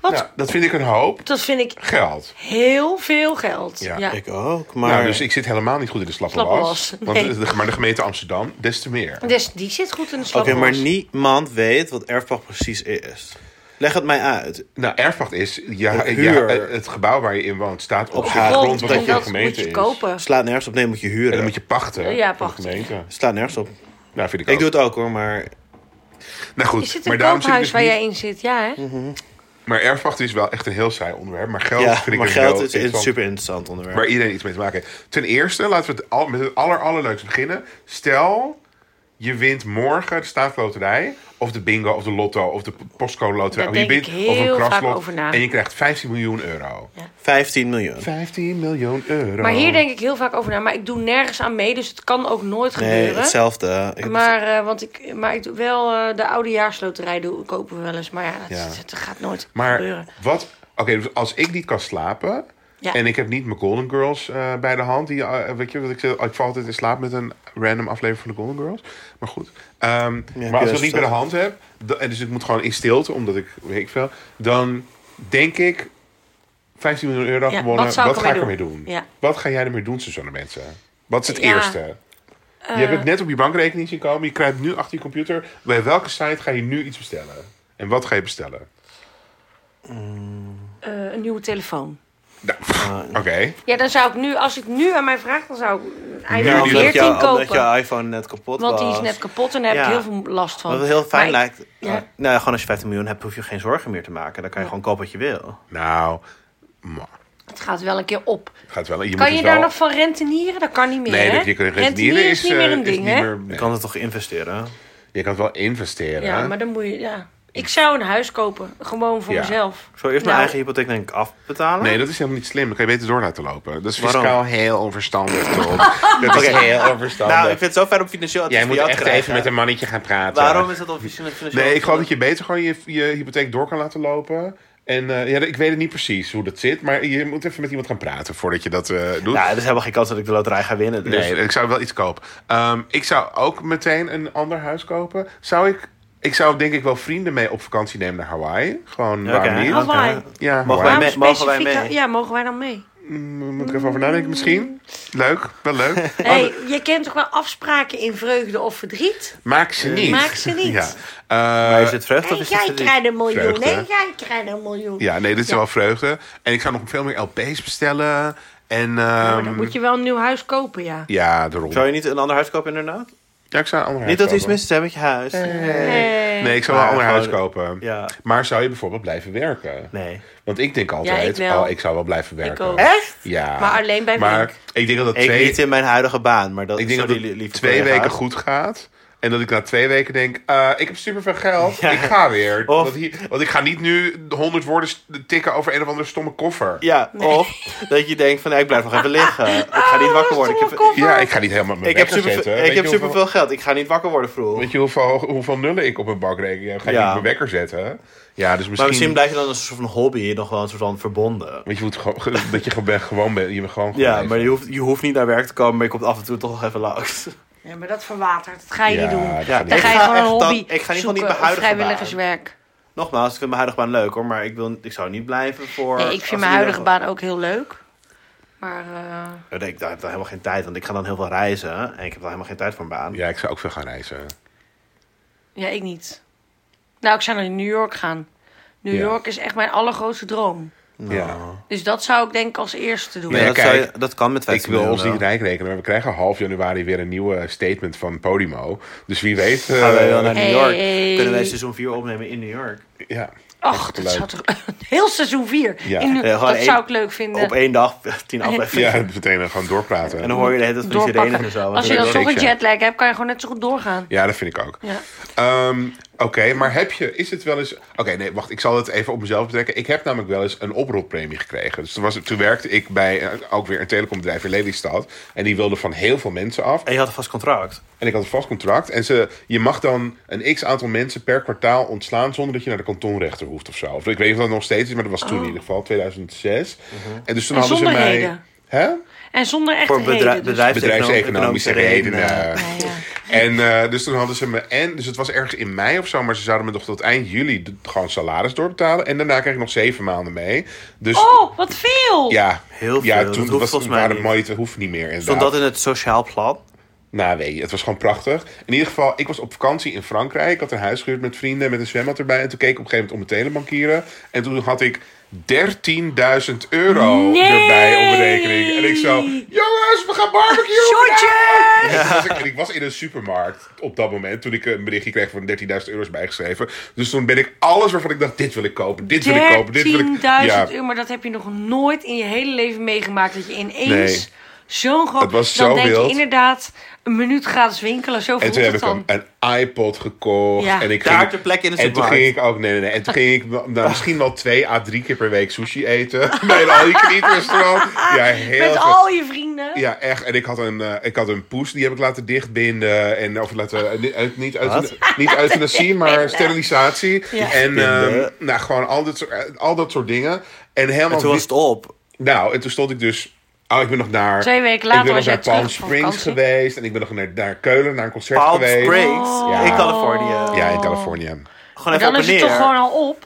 Wat?
Nou, dat vind ik een hoop
Dat vind ik
geld.
heel veel geld.
Ja.
Ja.
Ik ook, maar...
Nou, dus ik zit helemaal niet goed in de slappe
Slappe
was.
was,
Want
nee.
de- de- maar de gemeente Amsterdam, des te meer.
Dus die zit goed in de slag.
Oké, maar niemand weet wat erfpacht precies is. Leg het mij uit.
Nou, erfwacht is, ja,
De
ja,
huur.
het gebouw waar je in woont staat op,
Op
zijn
haar
grond wat
grond,
van
en
de
dat
gemeente
moet
is.
je kopen.
Slaat nergens op, nee, moet je huren.
En dan moet je pachten.
Ja,
van de
pachten.
gemeente.
Slaat nergens op.
Nou, vind ik ook.
Ik doe het ook hoor, maar...
Nou goed,
Is het
maar
een
daarom zit ik dus
koophuis waar
niet- Hm.
jij in zit? Ja, hè?
Maar erfwacht is wel echt een heel saai onderwerp. Maar geld
ja,
vind ik
maar
een
geld
heel
is een
interessant-
super interessant onderwerp.
Waar iedereen iets mee te maken heeft. Ten eerste, laten we het al, met het aller, allerleukste beginnen. Stel, je wint morgen de staatsloterij. Of de bingo, of de lotto, of de postcode loterij.
Daar
of je
denk
wint,
ik
of een
heel vaak
kraslot.
over na.
En je krijgt 15 miljoen euro.
15 miljoen.
15 miljoen euro.
Maar hier denk ik heel vaak over na. Maar ik doe nergens aan mee, dus het kan ook nooit
Nee,
gebeuren.
hetzelfde. Ik-
Maar, eh, want ik, maar ik doe wel eh, de oudejaarsloterij doe, kopen we wel eens. Maar ja, dat,
Ja.
dat gaat nooit
Maar
gebeuren.
wat... Oké, dus als ik niet kan slapen...
Ja.
En ik heb niet mijn Golden Girls eh, bij de hand. Die, eh, weet je, wat ik, zeg, ik val altijd in slaap met een random aflevering van de Golden Girls. Maar goed. Ehm, maar als ik
juist,
dat niet bij de
eh.
hand heb... da- en dus ik moet gewoon in stilte, omdat ik weet ik veel... dan denk ik... 15 miljoen euro
Ja,
gewonnen,
wat
wat,
zou ik
ga ik
ermee
ermee
doen?
doen?
Ja.
Wat ga jij ermee doen, Suzanne mensen? Wat is het
Ja, eh,
eerste? Je hebt het net op je bankrekening zien komen. Je krijgt nu achter je computer. Bij welke site ga je nu iets bestellen? En wat ga je bestellen?
Eh, een nieuwe telefoon.
Nou, Oké.
Ah, Ja, dan zou ik nu, als ik nu aan mij vraag, dan zou ik een
Ja,
iPhone
die-
omdat,
14
jou, omdat
kopen.
jouw iPhone net kapot
Want
was.
die is net kapot en daar heb
Ja.
ik heel veel last van.
Wat heel fijn
Maar ik-
lijkt.
ja.
Nou, gewoon als je 15 miljoen hebt, hoef je geen zorgen meer te maken. Dan kan je gewoon kopen wat je wil.
Nou, maar,
Het gaat wel een keer op.
gaat wel. Je moet
Kan je
het
daar
wel-
nog van rentenieren? Dat kan niet meer.
Nee,
hè?
dat je kunt rentenieren
is, niet
eh,
meer een ding,
niet
hè?
meer-
Je
nee.
kan het toch investeren?
Je kan het wel investeren.
Ja, maar dan moet je. Ja. Ik zou een huis kopen, gewoon voor
Ja.
mezelf.
Ik zou eerst mijn
Nou,
eigen hypotheek denk ik afbetalen.
Nee, dat is helemaal niet slim. Dan kan je beter door laten lopen. Dat is
Waarom?
fiscaal heel onverstandig, Tom. dat is
Oké.
heel onverstandig.
nou, ik vind het zo fijn om financieel advies
Jij
van
moet
jou te
echt even
krijgen.
met een mannetje gaan praten.
Waarom is dat dan financieel financieel
Nee, ik geloof dat je beter gewoon je, je hypotheek door kan laten lopen. En eh, ja, ik weet het niet precies hoe dat zit. Maar je moet even met iemand gaan praten voordat je dat eh, doet.
Nou, er is helemaal geen kans dat ik de loterij ga winnen. Dus.
Nee, ik zou wel iets kopen. Ehm, ik zou ook meteen een ander huis kopen. Zou ik... Ik zou denk ik wel vrienden mee op vakantie nemen naar Hawaii. Gewoon, waarom
Oké.
niet?
Hawaii.
Hawaii.
Ja,
Mogen
Hawaii.
Wij
Waarom
mee- mogen wij
specifiek-
mee?
Ja, mogen wij dan mee?
Mm, Moet ik even over nadenken misschien? Leuk, wel leuk.
Oh,
Hey, je kent toch wel afspraken in vreugde of verdriet?
Maak ze niet.
Maak ze niet.
Ja,
Maar
Eh,
is het vreugde
Hey,
of is het
jij
verdriet?
krijgt een miljoen.
Vreugde,
Nee,
hè?
jij krijgt een miljoen.
ja nee, dit is
Ja.
wel vreugde. En ik ga nog veel meer LP's bestellen. En
Maar
ehm,
dan moet je wel een nieuw huis kopen, ja.
ja, daarom.
Zou je niet een ander huis kopen inderdaad?
Ja, ik zou een ander
Niet dat
huis
er iets
kopen.
mis is hè, met je huis.
Eh. Hey.
Nee, ik zou wel een
Maar
ander huis
gewoon-
kopen.
Ja.
Maar zou je bijvoorbeeld blijven werken?
Nee.
Want ik denk altijd,
Ja, ik wel.
oh, ik zou wel blijven werken.
ook.
Echt?
Ja.
Maar alleen bij
Maar
werk.
ik denk dat dat
Ik
twee,
niet in mijn huidige baan, maar dat
ik denk
sorry,
dat het
li- lieve
twee
collega's.
weken goed gaat. En dat ik na twee weken denk, eh, ik heb superveel geld, ik ga weer.
Of-
want, hier, want ik ga niet nu de honderd woorden st- tikken over een of andere stomme koffer. Ja,
Ja, of dat je denkt van nee, ik blijf nog even liggen. Ik ga niet wakker worden. Ik heb,
Ah, stomme kop.
ik ga niet helemaal op mijn
ik heb
wekker
super,
zetten. Weet
ik heb
je
superveel
hoeveel-
geld. Ik ga niet wakker worden vroeg.
Weet je hoeveel, hoeveel nullen ik op mijn bankrekening heb? Ga ik
Ja.
niet op mijn wekker zetten? Ja, dus
Maar
misschien...
misschien blijf je dan als een soort van hobby nog wel een soort van verbonden.
Weet je hoe het gewoon... dat je gewoon bent, gewoon bent. Je bent gewoon
Ja,
geweest.
maar je hoeft, je hoeft niet naar werk te komen, maar je komt af en toe toch nog even langs.
Ja, maar dat verwatert. Dat ga je
Ja,
niet doen.
dat
Ja, ik
Dan
gaat niet.
ga je
ga
gewoon een
echt dan-
hobby
ik ga in ieder geval niet
zoeken,
mijn huidige baan.
vrijwilligerswerk.
Nogmaals, ik vind mijn huidige baan leuk hoor, maar ik, wil, ik zou niet blijven voor...
Nee, ik
als
vind
er
mijn huidige
iemand-
baan ook heel leuk. Maar eh,
Ja, nee, Ik heb daar helemaal geen tijd, want ik ga dan heel veel reizen en ik heb daar helemaal geen tijd voor een baan.
Ja, ik zou ook veel gaan reizen.
ja, ik niet. Nou, ik zou naar New York gaan. New
Ja.
York is echt mijn allergrootste droom.
Nou.
Ja.
Dus dat zou ik denk ik als eerste doen.
Ja,
Nee,
dat,
kijk,
zou je- dat kan met
Ik
15
wil ons
miljoen
niet
wel.
rijk rekenen, maar we krijgen half januari weer een nieuwe statement van Podimo. Dus wie weet. eh,
Gaan Ah, wij wel naar New York?
Hey.
Kunnen wij seizoen 4 opnemen in New York?
ja.
Ach,
Echt
dat
leuk.
zou toch... Heel seizoen 4.
Ja.
Ja, gewoon
dat
één-
zou ik leuk vinden.
Op één dag, 10 afleveringen.
ja, meteen gewoon doorpraten.
En dan hoor je de hele tijd van die sirenes en
Doorpakken.
zo.
Als je
dat
dan
is
toch een
niks, ja.
jetlag hebt, kan je gewoon net zo goed doorgaan.
Ja, dat vind ik ook.
Ja.
Ehm, Oké, maar heb je, is het wel eens... Oké, nee, wacht, ik zal het even op mezelf betrekken. Ik heb namelijk wel eens een oprolpremie gekregen. Dus toen, was, het- toen werkte ik bij eh, ook weer een telecombedrijf in Lelystad. En die wilde van heel veel mensen af.
En je had een vast contract.
En ik had een vast contract. En ze, je mag dan een x aantal mensen per kwartaal ontslaan zonder dat je naar de kantonrechter
Mhm.
hoeft of zo. Of ik weet niet of dat nog steeds is, maar dat was toen in ieder geval, 2006. En dus toen
Oh. En
hadden ze mij.
zonderheden.
Hè?
En zonder echte
Voor bedrijf,
reden. dus.
Bedrijfseconomische redenen.
Ja, ja.
En eh, dus toen hadden ze me. En dus het was ergens in mei of zo, maar ze zouden me nog tot eind juli d- gewoon salaris doorbetalen. En daarna kreeg ik nog zeven maanden mee. Dus
Oh, wat veel!
ja,
Heel veel.
Ja,
Dat
toen
hoeft
was
volgens mij
waren
niet.
mooie, het hoeft niet meer.
Stond
Inderdaad.
dat in het sociaal plan?
Nou, weet je, het was gewoon prachtig. In ieder geval, ik was op vakantie in Frankrijk. Ik had een huis gehuurd met vrienden, met een zwembad erbij. En toen keek ik op een gegeven moment om mijn telebankieren. En toen had ik 13.000 euro
Nee!
erbij op mijn rekening. En ik zo, jongens, we gaan barbecue!
Shotjes!
En toen was ik, en ik was in een supermarkt op dat moment. Toen ik een berichtje kreeg van 13.000 euro's bijgeschreven. Dus toen ben ik alles waarvan ik dacht, dit wil ik kopen, dit wil ik kopen, dit wil
13.000
ik... Ja,
euro, maar dat heb je nog nooit in je hele leven meegemaakt. Dat je ineens
Nee.
zo'n groot...
Het was
dan
zo
denk je
wild.
inderdaad een minuut gratis winkelen. Zo
En
voelt
toen heb
het
ik
dan.
een, een iPod gekocht.
Ja.
En ik
Daar
ging,
ter plekke in de
En toen
supermarkt.
ging ik ook, nee, nee, nee. En toen ging ik wel- nou, misschien wel twee à drie keer per week sushi eten. bij een al restaurant. Ja, heel
Met
veel.
al je vrienden.
Ja, echt. En ik had, een, eh, ik had een poes, die heb ik laten dichtbinden. En, of laten, eh, niet uit, niet, uit, niet euthanasie, maar sterilisatie.
Ja.
En ehm,
Binden.
nou, gewoon al dat, soort- eh, al dat soort dingen. En helemaal...
En toen was
wit-
het op.
nou, en toen stond ik dus. Oh, ik ben nog naar.
Twee weken later
ik ben
was
nog
jij
naar Palm
terug van
Springs
vakantie.
geweest. En ik ben nog naar, naar Keulen, naar een concert
Palm
geweest.
Springs
Oh.
in Californië.
Ja, in Californië.
Gewoon even
Dan
op en
is het
neer.
toch gewoon al op.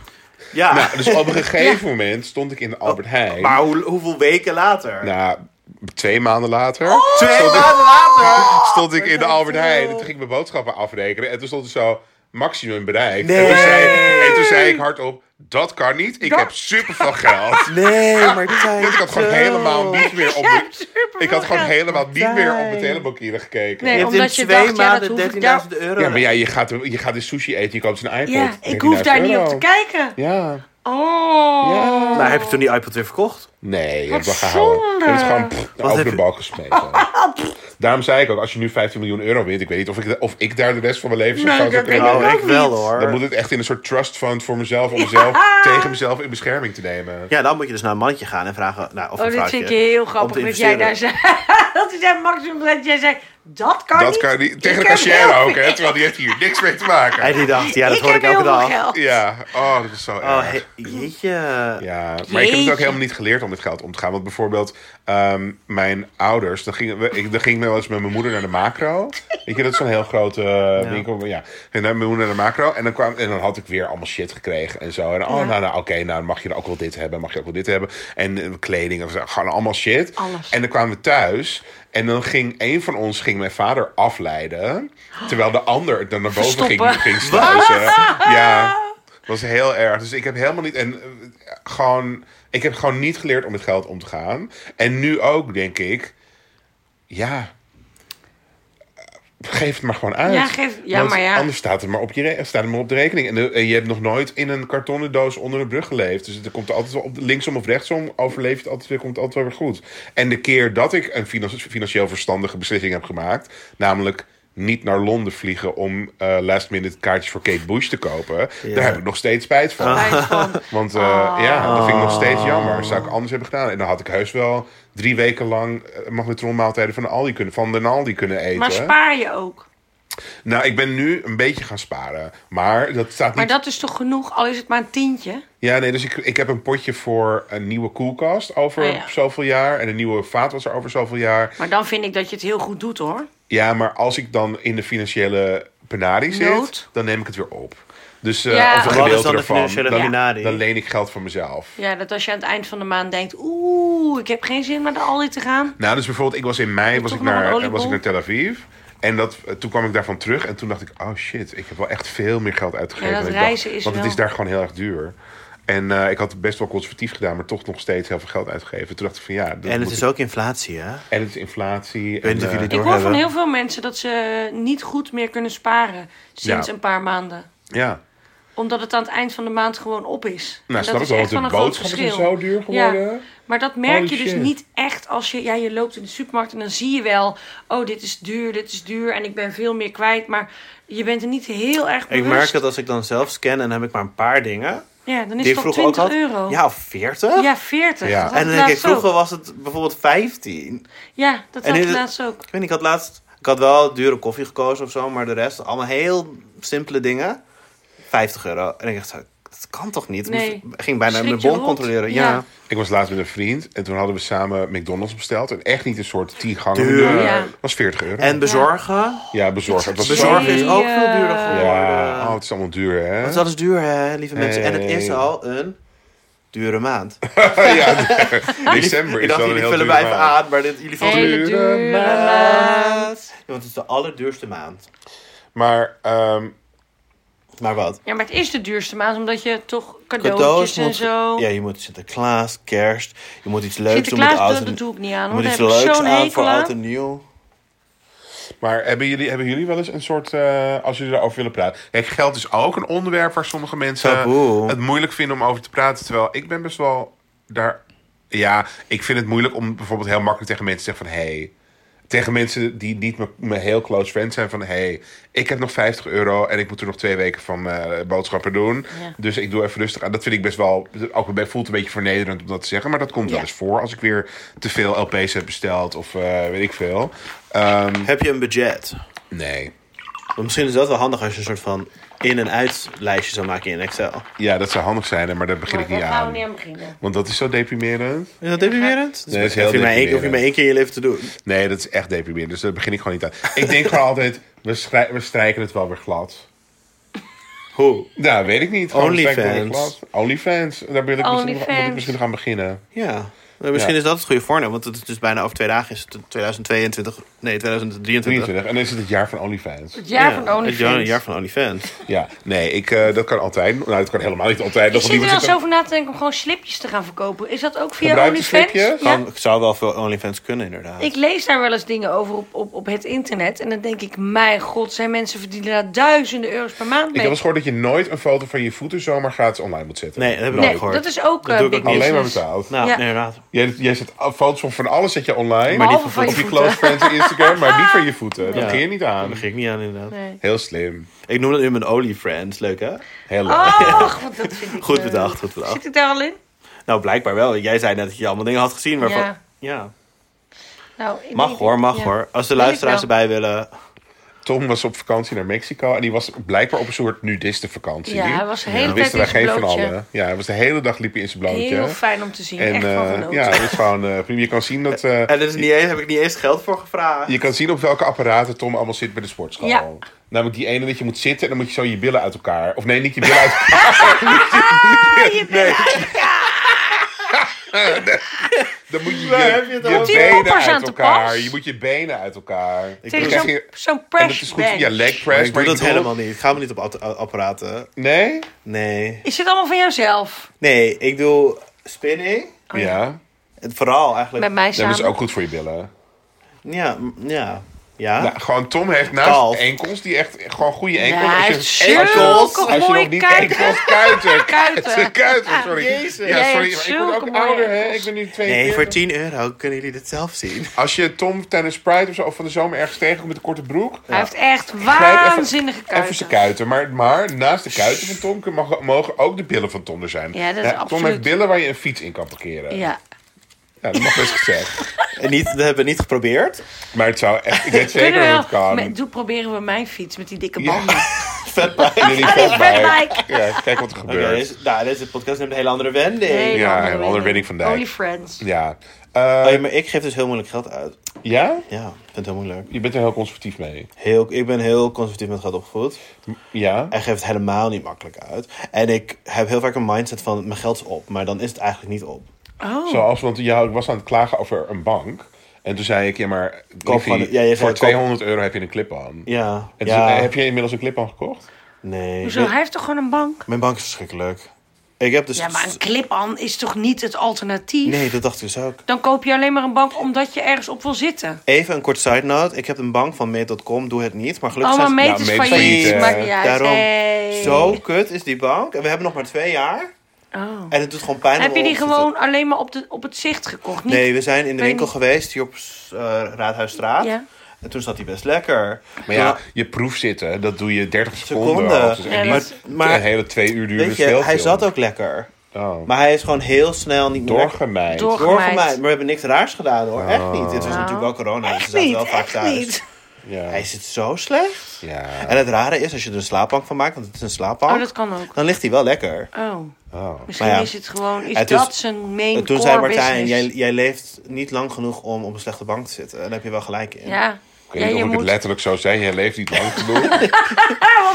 Ja,
Nou, dus op een gegeven moment stond ik in de Albert
Oh,
Heijn.
maar hoe, hoeveel weken later?
Nou, twee maanden later.
Oh!
Twee
stond, ik,
maanden later!
stond ik in de
dat
Albert
veel.
Heijn. En toen ging ik mijn boodschappen afrekenen. En toen stond er zo maximum bereikt.
Nee.
En, toen zei, en toen zei ik hardop, dat kan niet. Ik
Dat-
heb superveel geld.
Nee, maar tijd.
Want ik had gewoon helemaal niet meer op...
Ja,
mijn-
super
Ik had gewoon
veel.
helemaal niet meer op mijn
Fijn.
telebankieren gekeken.
Nee,
Je hebt in
Omdat je
twee
dacht, ja, dat hoef ik
maanden
daar-
13.000 euro.
Ja, maar ja, je gaat, je gaat dus sushi eten, je koopt een iPod.
Ja, ik hoef daar niet op te
13.000
kijken.
euro. Ja.
Oh.
Ja.
Maar heb je toen die iPod weer verkocht?
Nee, ik heb
Wat
wel gehouden.
zonde.
Ik heb het gewoon pff, over
heb
de
je-
balk gesmeten. Daarom zei ik ook, als je nu 15 miljoen euro wint... ik weet niet of ik, of ik daar de rest van mijn leven zo
Nee,
zou
dat
trekken.
denk
Nou,
ook
ik wel
niet.
hoor.
Dan moet het echt in een soort trust fund voor mezelf... om mezelf tegen mezelf in bescherming te nemen.
Ja, dan moet je dus naar een mandje gaan en vragen. Nou, of
Oh,
een
dit
vrouwtje,
vind ik heel
om
grappig
te
dat jij daar
investeren.
zei. dat is jij maximum dat jij zei. Dat kan
Dat
niet.
kan niet. Tegen de
Ik heb
cashier
heel
ook, hè.
veel-
Terwijl die heeft hier niks mee te
En
maken.
die dacht, ja, dat
ik
hoor
heb
ik elke
heel
dag.
veel geld.
Ja, oh, dat is zo
Oh,
erg.
he- jeetje.
Ja, maar ik heb het
Jeetje.
ook helemaal niet geleerd om met geld om te gaan. Want bijvoorbeeld ehm, mijn ouders, dan gingen we, ik, dan ging ik wel eens met mijn moeder naar de macro. Weet je, dat is zo'n heel grote eh, winkel. Ja, en dan mijn moeder naar de macro. En dan, kwam, en dan had ik weer allemaal shit gekregen en zo. En oh, nou, nou oké, nou dan mag je dan ook wel dit hebben, mag je ook wel dit hebben. En eh, kleding, en zo, gewoon allemaal shit.
Alles.
En dan kwamen we thuis. En dan ging een van ons, ging mijn vader afleiden. Terwijl de ander dan naar boven ging,
Verstoppen.
ging sluizen. Ja. Dat was heel erg. Dus ik heb helemaal niet. En eh, gewoon. Ik heb gewoon niet geleerd om met geld om te gaan. En nu ook, denk ik. Ja. Geef het maar gewoon uit.
Ja, geef- ja,
Want
maar ja.
Anders staat het maar op, je re- staat het maar op de rekening. En, de- en je hebt nog nooit in een kartonnen doos onder een brug geleefd. Dus het komt er altijd wel op, linksom of rechtsom. Overleef je het altijd weer, komt het altijd wel weer goed. En de keer dat ik een finan- financieel verstandige beslissing heb gemaakt. Namelijk niet naar Londen vliegen om eh, last minute kaartjes voor Kate Bush te kopen.
Ja.
Daar heb ik nog steeds spijt van.
Spijt van.
Want eh, ja, dat vind ik nog steeds jammer. Zou ik anders hebben gedaan. En dan had ik heus wel drie weken lang eh, magnetronmaaltijden van de Aldi kunnen, van de Aldi kunnen eten.
Maar spaar je ook.
Nou, ik ben nu een beetje gaan sparen. Maar dat staat
Maar
niet...
dat is toch genoeg, al is het maar een tientje.
Ja, nee, dus ik, ik heb een potje voor een nieuwe koelkast over
Ah, ja.
zoveel jaar. En een nieuwe vaatwasser over zoveel jaar.
Maar dan vind ik dat je het heel goed doet hoor.
Ja, maar als ik dan in de financiële penarie zit,
Nood.
dan neem ik het weer op. Dus eh
Ja.
of een
Wat
is dan
gedeelte
de
ervan,
financiële
dan,
penarie?
dan leen ik geld van mezelf.
Ja, dat als je aan het eind van de maand denkt, oeh, ik heb geen zin om naar de Aldi te gaan.
Nou, dus bijvoorbeeld, ik was in mei was
Toch
ik,
nog een
naar,
oliebol?
was ik naar Tel Aviv. En dat, eh, toen kwam ik daarvan terug en toen dacht ik, oh shit, ik heb wel echt veel meer geld uitgegeven.
Ja, dat
dan ik dacht.
reizen is
Want het
wel-
is daar gewoon heel erg duur. En eh, ik had het best wel conservatief gedaan, maar toch nog steeds heel veel geld uitgegeven. Toen dacht ik van ja, dat
En
moet
het is
ik-
ook inflatie, hè?
en het is inflatie.
weet niet of
en,
jullie
eh,
Ik hoor
Doorhebben.
van heel veel mensen dat ze niet goed meer kunnen sparen sinds
Ja.
een paar maanden.
ja.
Omdat het aan het eind van de maand gewoon op is.
Nou,
En
snap ik
is
wel,
echt van
want de
een groot
boodschappen zijn
verschil.
zo duur geworden.
Ja, maar dat merk
Holy
je dus
shit.
niet echt als je... Ja, je loopt in de supermarkt en dan zie je wel... Oh, dit is duur, dit is duur en ik ben veel meer kwijt. Maar je bent er niet heel erg
Ik
bewust.
merk dat als ik dan zelf scan en dan heb ik maar een paar dingen.
Ja, dan is
die
het
ik
toch
vroeger ook had.
20 euro.
Ja, of 40?
Ja, 40.
Ja.
Dat had
En dan
ik
denk ik,
laatst
vroeger
ook.
was het bijvoorbeeld 15.
Ja, dat
En
had ik
is het-
laatst ook.
Ik weet niet, ik had laatst... Ik had wel dure koffie gekozen of zo, maar de rest... Allemaal heel simpele dingen. 50 euro. En ik dacht, zo, dat kan toch niet? Ik
Nee.
moest- ging bijna
Schrik
mijn
je
bon
rot.
controleren. Ja.
Ja.
Ik was laatst met een vriend en toen hadden we samen McDonald's besteld. En echt niet een soort 10 gangen.
Duur.
eh,
Ja.
was 40 euro.
En bezorgen.
ja, bezorgd. Het was
Bezorgen
zo-
is ook veel duurder geworden.
Ja, oh, het is allemaal duur, hè?
Want dat is duur, hè, lieve mensen. En het is
Hey.
al een dure maand.
ja, december
Ik
is
dacht,
wel een
jullie
heel
vullen
dure
mij even
maand.
aan, maar dit, jullie vullen
Hele
dure
dure maand.
maand. Ja, want het is de allerduurste maand.
Maar ehm,
Maar wat?
Ja, maar het is de duurste maand, omdat je toch cadeautjes,
Cadeaus
en
moet...
zo...
Ja, je moet Sinterklaas, kerst. Je moet iets leuks doen met
Sinterklaas,
oud
dat,
en...
dat doe ik niet aan,
Je
hoor.
moet
Daar
iets
heb ik
leuks
zo'n
aan voor
hekel
oud
aan.
en nieuw.
Maar hebben jullie, hebben jullie wel eens een soort, eh, als jullie daarover willen praten. Kijk, geld is ook een onderwerp waar sommige mensen
Taboe.
het moeilijk vinden om over te praten. Terwijl ik ben best wel daar. Ja, ik vind het moeilijk om bijvoorbeeld heel makkelijk tegen mensen te zeggen van hé. Hey, tegen mensen die niet mijn- mijn heel close friends zijn van hé, hey, ik heb nog 50 euro en ik moet er nog twee weken van eh, boodschappen doen.
Ja.
Dus ik doe even rustig aan. Dat vind ik best wel, ook bij voelt een beetje vernederend om dat te zeggen. Maar dat komt wel
Ja.
eens voor als ik weer te veel LP's heb besteld of eh, weet ik veel. Ehm,
Hm. Heb je een budget?
nee.
Maar misschien is dat wel handig als je een soort van in- en uitlijstje zou maken in Excel.
Ja, dat zou handig zijn, hè, maar daar begin
Maar
ik niet
daar gaan we
aan.
niet aan beginnen.
Want dat is zo deprimerend.
Is dat deprimerend?
Nee, dat is heel
hoef je maar één-
deprimerend.
Hoef je maar één keer in je leven te doen.
Nee, dat is echt deprimerend. Dus daar begin ik gewoon niet aan. Ik denk gewoon altijd, we, strij- we strijken het wel weer glad.
Hoe?
Nou, weet ik niet. Gewoon, we strijken het wel weer
Onlyfans.
glad. Onlyfans. Daar wil ik, misschien,
Onlyfans.
moet ik misschien gaan beginnen.
Ja. Maar misschien
Ja.
is dat het goede voornemen, want het is dus bijna over twee dagen is het 2022, nee 2023.
23. En dan is het het jaar van Onlyfans.
Het jaar
Ja,
van
Het jaar,
OnlyFans.
het jaar van OnlyFans.
Ja, nee, ik, eh, dat kan altijd. Nou, dat kan helemaal niet altijd.
Ik
Dat
zit er
iemand
wel
zit
zo
dan-
over na te denken om gewoon slipjes te gaan verkopen. Is dat ook via
Gebruikte
OnlyFans?
slipjes?
Ja.
Gewoon, ik zou wel veel OnlyFans kunnen inderdaad.
Ik lees daar wel eens dingen over op, op, op het internet. En dan denk ik, mijn god, zijn mensen verdienen daar duizenden euro's per maand
Ik
mee.
heb eens gehoord dat je nooit een foto van je voeten zomaar gratis online moet zetten.
Nee, dat heb ik ook
nee,
gehoord.
dat is ook
Dat
eh,
doe ik
big
ook niet.
Alleen maar
business.
betaald.
Nou,
Ja.
nee, inderdaad.
Jij, jij zet a- foto's van, van alles zet je online.
Maar
Behalve
niet
van
van
je
Op je
voeten.
close friends en Instagram, maar niet van je voeten. Dat
Ja.
ging je niet aan.
Daar ging ik niet aan inderdaad.
Nee.
Heel slim.
Ik noem dat nu mijn OnlyFans, leuk hè?
Heel leuk.
Oh, wat dat vind ik...
Goed
eh,
bedacht, goed bedacht.
Zit ik daar al in?
Nou, blijkbaar wel. Jij zei net dat je allemaal dingen had gezien waarvan...
Ja.
Ja.
Nou, ik
Mag
denk-
hoor, mag
ja.
hoor. Als de
Weet ik
luisteraars
wel.
erbij willen...
Tom was op vakantie naar Mexico en die was blijkbaar op een soort nudistenvakantie.
Ja, hij was de hele
We
tijd
wisten
in
daar
zijn
geen van
blootje.
allen. Ja, hij was de hele dag liep hij in zijn blootje.
Heel fijn om te zien.
en
Echt van
eh,
genoten.
ja, het is gewoon eh, prima. Je kan zien dat eh,
En daar heb ik niet eens geld voor gevraagd.
je kan zien op welke apparaten Tom allemaal zit bij de sportschool.
Ja.
Namelijk die ene dat je moet zitten en dan moet je zo je billen uit elkaar. Of nee, niet je billen uit elkaar.
Ah,
Dan moet je
Waar heb je het
je,
over?
je
Die
benen
poppers aan
uit
te
elkaar.
pas.
Je moet je benen uit elkaar. Dan
Tegen
krijg
zo'n
je-
zo'n
en dat is
press
goed voor
bang.
je leg
Maar
press.
ik doe
maar
dat
bedoel-
helemaal niet. Ik ga me niet op aut- au- apparaten.
Nee?
Nee.
Is dit allemaal van jouzelf?
Nee, ik doe spinning.
ja.
Het Vooral eigenlijk.
Met mij
Dat
Oh samen?
is ook goed voor je billen.
Ja, m- ja. Ja.
Nou, gewoon Tom heeft naast
Ah. Kalf.
enkels die echt gewoon goede
Ja,
enkels.
hij
je-
heeft zulke
als je
mooie
nog niet
kuiten.
enkels kuiten.
Kuiten.
Kuiten, sorry.
Jezus.
Ja,
Jij
sorry.
hebt
maar Ik word
zulke
ook
mooie
ouder, hè?
enkels.
Ik ben nu twee
nee, voor 10 euro kunnen jullie dit zelf zien.
Als je Tom tijdens Pride of zo of van de zomer ergens tegenkomt met een korte broek.
Hij heeft echt
grijp even-
waanzinnige kuiten.
Even zijn kuiten. Maar, maar naast de kuiten van Tom kun- mogen, mogen ook de billen van Tom er zijn.
Ja, dat is absoluut.
Tom heeft billen waar je een fiets in kan parkeren.
Ja.
Ja, dat mag best gezegd.
En niet, dat hebben we niet geprobeerd.
Maar het zou echt... Ik
Kunnen
weet zeker dat het
we wel.
kan.
Met- Doe proberen we mijn fiets met die dikke
Ja.
banden.
Jullie
fatbike.
Ja, kijk wat er
Oké,
gebeurt.
deze, nou, deze podcast neemt een hele andere wending.
Hele
Ja,
andere
een andere
winning.
winning van Dijk.
Only friends.
Ja. Eh,
Oh ja, maar ik geef dus heel moeilijk geld uit.
ja?
Ja, ik vind het heel moeilijk.
Je bent er heel conservatief mee.
Heel, ik ben heel conservatief met geld opgevoed.
Ja?
En geef het helemaal niet makkelijk uit. En ik heb heel vaak een mindset van mijn geld is op. Maar dan is het eigenlijk niet op.
Oh.
Zoals, want ja, ik was aan het klagen over een bank. En toen zei ik, ja maar, liefie,
gewoon- ja, je zei,
voor
koop-
200 euro heb je een clip-on.
Ja.
En toen
ja.
zei, "Eh, heb je inmiddels een clip-on gekocht?
Nee.
Hoezo? Hij heeft toch gewoon een bank?
Mijn bank is verschrikkelijk. Ik heb dus...
Ja, maar een clip-on is toch niet het alternatief?
Nee, dat dacht ik dus ook.
Dan koop je alleen maar een bank omdat je ergens op wil zitten.
Even een kort side note. Ik heb een bank van Meet.com. Doe het niet. Maar gelukkig
Oh, maar
zijn ze-
meet is
Meet is failliet,
failliet.
hè.
Maakt niet uit.
Daarom.
Hey.
Zo kut is die bank. En we hebben nog maar twee jaar.
Oh.
En het doet gewoon pijn. om
Heb je die
op te-
gewoon alleen maar op, de, op het zicht gekocht? Niet?
Nee, we zijn in de
Weet
winkel
niet.
geweest. Hier op eh, Raadhuisstraat.
Ja.
En toen zat die best lekker.
Maar ja, je proef zitten, dat doe je 30 seconden.
Seconden.
al. Dus echt
Ja,
niet
maar-
maar-
een hele twee uur duurde
Weet je,
speelfilm.
hij zat ook lekker.
Oh.
Maar hij is gewoon heel snel niet meer lekker.
Doorgemaaid.
Door-
Doorgemaaid. Maar we hebben niks raars gedaan hoor. Echt niet. Dit was
Nou.
natuurlijk wel corona. dus
Echt
we zaten
niet,
wel vaak
echt
thuis.
niet.
Ja.
Hij zit zo slecht.
Ja.
En het rare is, als je er een slaapbank van maakt, want het is een slaapbank,
Oh, dat kan ook.
dan ligt hij wel lekker.
Oh,
Oh.
misschien
Nou Maar ja,
is het gewoon iets
het is-
dat zijn main
En toen
core
zei Martijn,
business.
jij, jij leeft niet lang genoeg om op een slechte bank te zitten. En daar heb je wel gelijk in.
Ja.
Ik
Ja,
weet niet
je
of ik
moet...
het letterlijk zo zei. Jij leeft niet lang genoeg.
Ah, was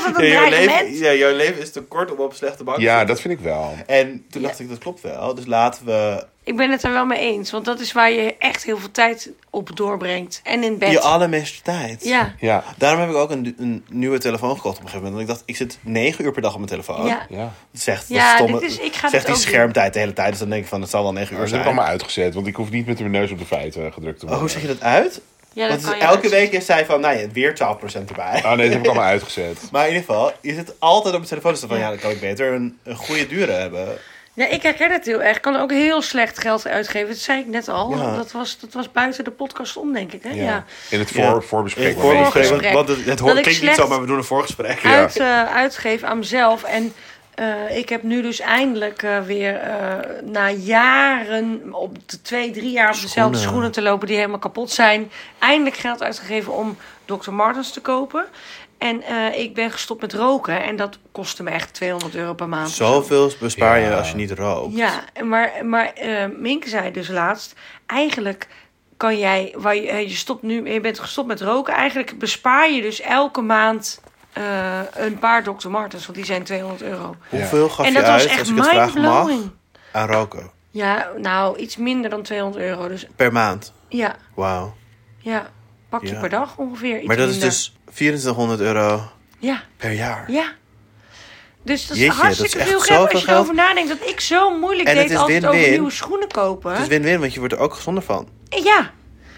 het een
Ja, jouw, leven,
dreigement?
ja, jouw leven is te kort om op een slechte bank te
ja,
zitten.
dat vind ik wel.
En toen dacht ik, dat klopt wel. Dus laten we
Ik ben het er wel mee eens, want dat is waar je echt heel veel tijd op doorbrengt. En in bed.
je allermeeste tijd.
Ja.
Ja.
Daarom heb ik ook een, een nieuwe telefoon gekocht op een gegeven moment. Want ik dacht, ik zit negen uur per dag op mijn telefoon.
Ja.
Ja.
Dat zegt dat
Ja,
stomme,
dit is- ik ga
zegt die
dit ook doen.
schermtijd de hele tijd. Dus dan denk ik van, het zal wel negen uur
Dat heb
zijn.
ik allemaal uitgezet, want ik hoef niet met mijn neus op de feiten gedrukt
Oh,
te worden.
hoe zeg je dat uit?
Ja, dat
Want
kan je
elke
uit.
week is zij van, nou ja, weer 12% erbij.
Oh nee, dat heb ik allemaal uitgezet.
Maar in ieder geval, je zit altijd op mijn telefoon. Dus dan van, ja, dan kan ik beter een, een goede dure hebben.
Ja, ik herken het heel erg. Ik kan ook heel slecht geld uitgeven. Dat zei ik net al.
Ja.
Dat, was, dat was buiten de podcast om, denk ik. Hè? Ja.
In het voor,
Ja.
voorbesprek.
In het voorgesprek,
Voorgesprek.
Want, want het, het hoort-
Dat ik
klinkt
slecht-
niet zo, maar we doen een voorgesprek.
Uit, eh, uitgeven aan mezelf. En eh, ik heb nu dus eindelijk eh, weer eh, na jaren op de twee, drie jaar op dezelfde schoenen te lopen die helemaal kapot zijn. Eindelijk geld uitgegeven om Dr. Martens te kopen. En eh, ik ben gestopt met roken. En dat kostte me echt 200 euro per maand.
Zoveel bespaar je
Ja.
als je niet rookt.
Ja, maar, maar eh Mink zei dus laatst, eigenlijk kan jij, waar je, eh, je stopt nu, je bent gestopt met roken, eigenlijk bespaar je dus elke maand eh, een paar Dr. Martens, want die zijn 200 euro.
Hoeveel gaf
en
je
dat was
uit, als
echt
ik het vragen mag,
mindblowing.
aan roken?
Ja, nou, iets minder dan 200 euro. Dus
Per maand.
ja,
Wauw.
ja pakje
Ja.
per dag ongeveer. Iets
Maar dat is
minder.
dus 2400 euro
Ja,
per jaar.
ja. Dus dat is
Jeetje, dat is
hartstikke
echt
veel geld als je
zoveel
erover nadenkt. Dat ik zo moeilijk
En het
deed
is
altijd over
win-win.
nieuwe schoenen kopen.
Het is win-win, want je wordt er ook gezonder van.
Ja,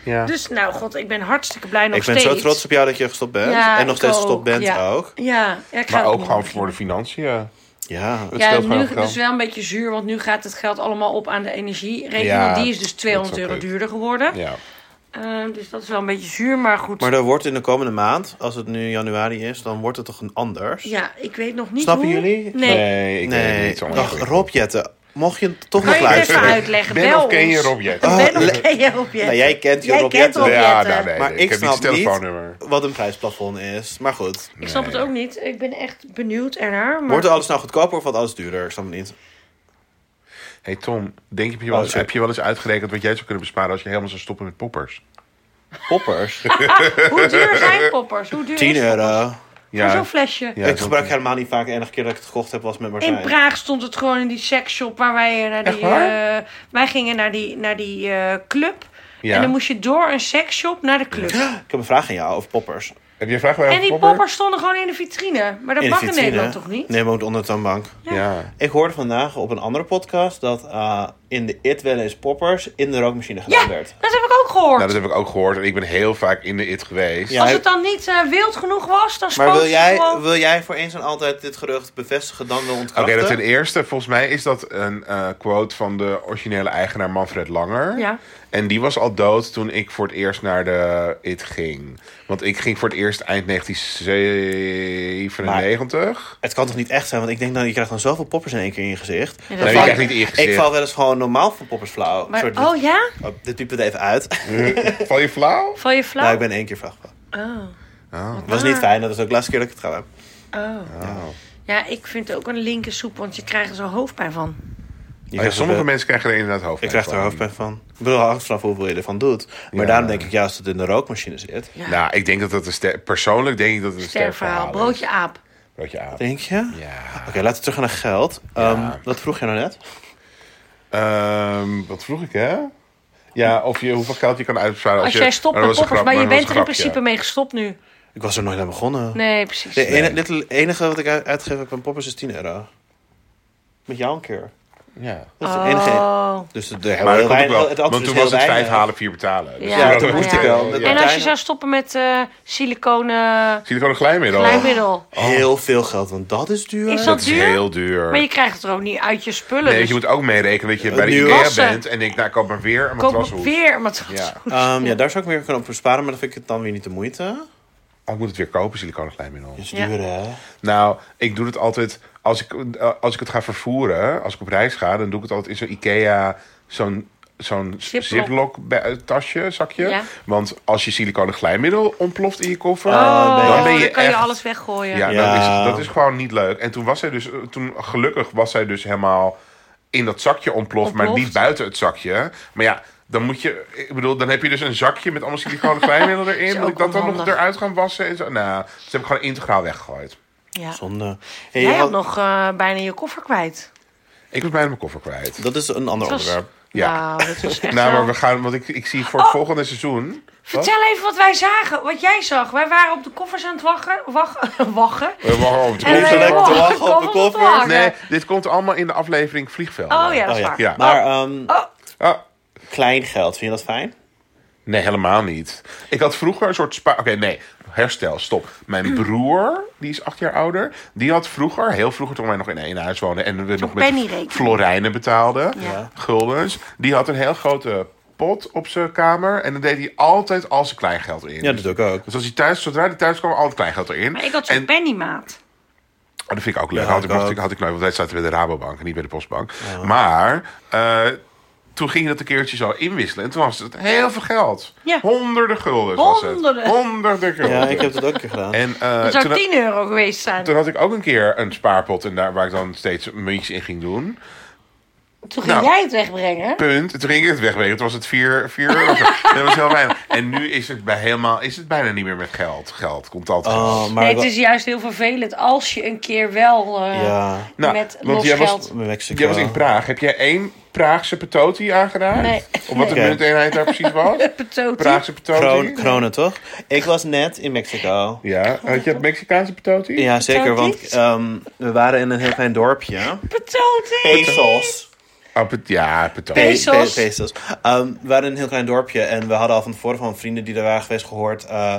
Ja.
Dus nou, god, ik ben hartstikke blij nog
ik ben
steeds.
zo trots op jou dat je gestopt bent.
Ja,
en nog
ik
steeds
ook.
gestopt bent
Ja.
ook.
Ja, ja, ik ga
Maar
het
ook
niet
gewoon
doen.
voor de financiën.
Ja.
Het
Ja,
scheelt gewoon
nu
geld.
dus wel een beetje zuur, want nu gaat het geld allemaal op aan de energierekening.
Ja,
want die is dus
dat is
200
ook
euro
kut.
duurder geworden.
Ja.
Eh, dus dat is wel een beetje zuur, maar goed.
Maar er wordt in de komende maand, als het nu januari is, dan wordt het toch een anders?
Ja, ik weet nog niet
Snappen
hoe.
jullie?
Nee.
ik weet het
nee.
niet. Allemaal
Ach, Rob Jetten, mocht je het toch
Kan
nog
je het even
luisteren?
uitleggen?
Ben
Bel
of ken je
ons.
Rob Jetten?
Oh,
ben of
le-
ken je Rob Jetten?
Nou, jij kent
Jij
Rob
kent
Jetten.
Rob
Ja,
Jetten.
nou, nee,
Maar
nee,
ik
heb
snap
niet het
niet-
telefoonnummer.
Wat een prijsplafond is. Maar goed.
Ik snap het ook niet. Ik ben echt benieuwd ernaar. Maar...
Wordt alles nou goedkoper of wordt alles duurder? Ik snap het niet.
Hey Tom, denk je, heb je, wel eens,
Oh, sorry.
heb je wel eens uitgerekend wat jij zou kunnen besparen als je helemaal zou stoppen met poppers?
Poppers?
Hoe duur zijn poppers? Hoe duur
10
is
euro.
voor zo'n flesje?
Ja,
ik
dat-
gebruik helemaal niet vaak. De enige keer dat ik het gekocht heb was met
In
Marseille.
Praag stond het gewoon in die seksshop waar wij eh, naar die.
waar?
eh, wij gingen naar die, naar die eh, club.
Ja.
En dan moest je door een seksshop naar de club.
Ik heb een vraag aan jou over poppers.
Heb je een vraag bij
En die
popper?
poppers stonden gewoon in de vitrine. Maar dat
In de
mag in
vitrine.
Nederland toch niet?
Nee, maar ook onder de toonbank.
Ja.
Ik hoorde vandaag op een andere podcast dat eh, in de It wel eens poppers in de rookmachine gedaan
Ja,
werd.
dat heb ik ook gehoord.
Nou, dat heb ik ook gehoord. En ik ben heel vaak in de IT geweest.
Ja.
Als het dan niet eh, wild genoeg was, dan spoot
Maar wil
ze
jij,
gewoon...
wil jij voor eens en altijd dit gerucht bevestigen, dan wel
Oké,
ontkrachten?
dat ten eerste, volgens mij is dat een eh, quote van de originele eigenaar Manfred Langer.
Ja.
En die was al dood toen ik voor het eerst naar de IT ging. Want ik ging voor het eerst eind 1997.
Het kan toch niet echt zijn, want ik denk dan je krijgt dan zoveel poppers in één keer in je gezicht.
Ja,
Dan
dat is
Nee,
val
waar.
ik krijg niet in je
Ik
gezicht.
val wel eens gewoon normaal van poppers flauw.
Maar-
Soort-
oh ja?
Oh, dit piep het even uit.
Val je flauw?
Val je flauw?
nou, ik ben één keer vlaggen.
Oh.
Oh.
Dat was
Ah.
niet fijn, dat is ook de laatste keer dat ik het trouw heb.
Oh. Ja, ik vind het ook een linkersoep, want je krijgt er zo hoofdpijn
Je
van.
Oh ja,
krijgt
sommige
er-
mensen krijgen er inderdaad hoofdpijn
Ik krijg er
van.
hoofdpijn van. Ik bedoel, hangt vanaf hoeveel je ervan doet. Maar
Ja.
daarom denk ik, ja, als het in de rookmachine zit.
Ja.
Nou, ik denk dat dat een ster- Persoonlijk denk ik dat het een sterk verhaal
Sterfverhaal.
is.
Broodje aap.
Broodje aap.
Denk je?
Ja.
Oké, laten we terug gaan naar geld. Ehm,
Ja.
Wat vroeg je nou net?
Ehm, wat vroeg ik, hè? Ja, of je hoeveel geld je kan uitbesparen als,
Als jij stopt
maar dat
met
was een
poppers,
grap,
maar je
dat
bent
was
er in
een
principe
grapje.
mee gestopt nu.
Ik was er nooit aan begonnen.
Nee, precies.
De ene,
Nee.
dit- enige wat ik uit- uitgegeven heb aan poppers is 10 euro. Met jou een keer.
Ja.
Dat is het enige.
Oh.
Dus de, heel,
Maar dat
heel
komt ook
weinig-
wel,
het antwoord
want
is
toen
heel
was het vijf
weinig.
halen, vier betalen. Dus
Ja,
dat
toen
was
moest
wel-
ik
wel.
Ja.
En als je
Uiteindelijk-
zou stoppen met eh, siliconen
Siliconen glijmiddel.
glijmiddel,
Oh.
Heel veel geld, want dat is duur.
Is
Dat
dat
is
duur?
heel duur.
maar je krijgt het er ook niet uit je spullen.
Nee,
dus
je moet ook meerekenen dat je bij de
Nu-
IKEA
Wassen.
bent en denkt, nou, ik koop maar weer een
koop ook
matrashoes.
weer een matras.
Ja.
Ehm, ja, daar zou ik meer kunnen op besparen, maar dan vind ik het dan weer niet de moeite.
Oh, ik moet het weer kopen, siliconen glijmiddel.
Dat is
Ja.
duur, hè?
Nou, ik doe het altijd als ik, eh, als ik het ga vervoeren, als ik op reis ga, dan doe ik het altijd in zo'n IKEA, zo'n zo'n
Ziploc.
ziplock ba- tasje, zakje.
Ja.
Want als je siliconen glijmiddel ontploft in je koffer,
Oh, nee.
dan ben je
dan kan
echt...
je alles weggooien.
Ja,
Ja.
Dat, is, dat is gewoon niet leuk. En toen was hij dus, toen gelukkig was hij dus helemaal in dat zakje ontploft, maar
Ontploft.
niet buiten het zakje. Maar ja, dan moet je, ik bedoel, dan heb je dus een zakje met allemaal siliconen glijmiddel erin.
Is
Moet
ook
ik dat dan nog
onhandig.
eruit gaan wassen en zo? Nou, dus heb ik gewoon integraal weggegooid.
Ja.
Zonde.
Jij
Hey, je
had
had-
nog eh, bijna je koffer kwijt.
Ik was bijna mijn koffer kwijt.
Dat is een ander
Het was-
onderwerp.
Ja.
Nou, dat was echt Oh.
Nou,
wel-
maar we gaan, want ik, ik zie voor het volgende seizoen.
Vertel even wat wij zagen, wat jij zag. Wij waren op de koffers aan het wachten. Wachten. wachten.
We mogen over
En
Om
wij
zo lekker te
mogen
lachen op de
koffers
koffer.
ontvangen.
Nee, dit komt allemaal in de aflevering Vliegvelden.
Oh ja, dat
Oh
is
ja.
waar.
Ja.
Maar ehm,
Oh,
kleingeld, vind je dat fijn?
Nee, helemaal niet. Ik had vroeger een soort spa. Oké, nee, herstel, stop. Mijn broer, die is acht jaar ouder, die had vroeger, heel vroeger toen wij nog in één huis woonden en we nog met
pennyrekening.
florijnen betaalden,
Ja.
guldens, die had een heel grote pot op zijn kamer en dan deed hij altijd al zijn kleingeld in.
Ja, dat doe ik ook.
Dus als hij thuis, zodra hij thuis kwam, altijd kleingeld erin.
Maar ik had zo'n
en,
pennymaat.
Oh, dat vind ik ook leuk.
Ja,
had, ik,
ik ook.
mocht ik- nou had ik nooit, want wij zaten bij de Rabobank en niet bij de Postbank. Maar eh, toen ging je dat een keertje zo inwisselen. En toen was het heel veel geld.
Ja.
Honderden gulden was
Honderden.
het. Honderden gulden.
Ja, ik heb dat ook een keer gedaan.
En eh,
Dat
toen,
zou 10 euro geweest zijn.
toen had ik ook een keer een spaarpot en daar, waar ik dan steeds muntjes in ging doen.
Toen ging
Nou.
jij het wegbrengen.
Punt. En toen ging ik het wegwegen. Toen was het 4 euro. of zo. dat was heel weinig. En nu is het, bij helemaal, is het bijna niet meer met geld. Geld, contant geld.
Oh, maar
Nee, het
wel-
is juist heel vervelend als je een keer wel eh,
Ja.
Nou,
met
want
los
jij was-
geld...
Mexico.
Jij was in Praag. Heb jij één Praagse patoti aangeraakt?
Nee.
Of wat de
Nee.
munteenheid daar precies was?
Patoti.
Praagse
Kroon-
patoti?
kronen, toch? Ik was net in Mexico.
Ja, had je het Mexicaanse patoti?
Ja, zeker, want
Patriotisch?
ehm, we waren in een heel klein dorpje.
Betoting!
Pesos.
Oh, pat- ja, patoti.
Pe- Pesos.
Pe- pesos. Ehm, we waren in een heel klein dorpje en we hadden al van tevoren van vrienden die daar waren geweest gehoord... eh,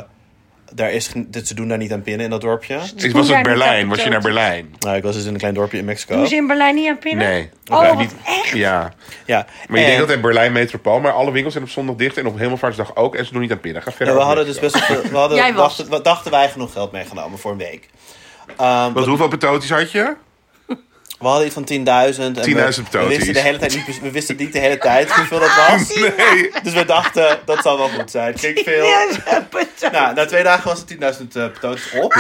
daar is, gen- dat ze doen daar niet aan pinnen in dat dorpje.
Dus was het
Daar niet
Berlijn?
aan
Was je naar Berlijn?
Nou, ik was dus in een klein dorpje in Mexico.
Doen ze in Berlijn niet aan pinnen?
Nee.
Oh,
Oké,
wat
niet-
echt?
Ja.
Ja.
Maar je
en-
denkt altijd Berlijn metropool, maar alle winkels zijn op zondag dicht en op Hemelvaartsdag ook. En ze doen niet aan pinnen. Ga verder.
Ja, we
met
hadden dus
Mexico.
best wel... We hadden,
Jij was.
dachten, dachten wij genoeg geld meegenomen voor een week. Ehm,
Want hoeveel patotis had je?
We hadden iets van 10.000. en we-
10.000
We wisten de hele tijd niet, we wisten niet de hele tijd hoeveel dat
Oh,
was.
Nee.
Dus we dachten, dat zal wel goed zijn. Klinkt veel. Nou, na twee dagen was het 10.000 eh patootjes op.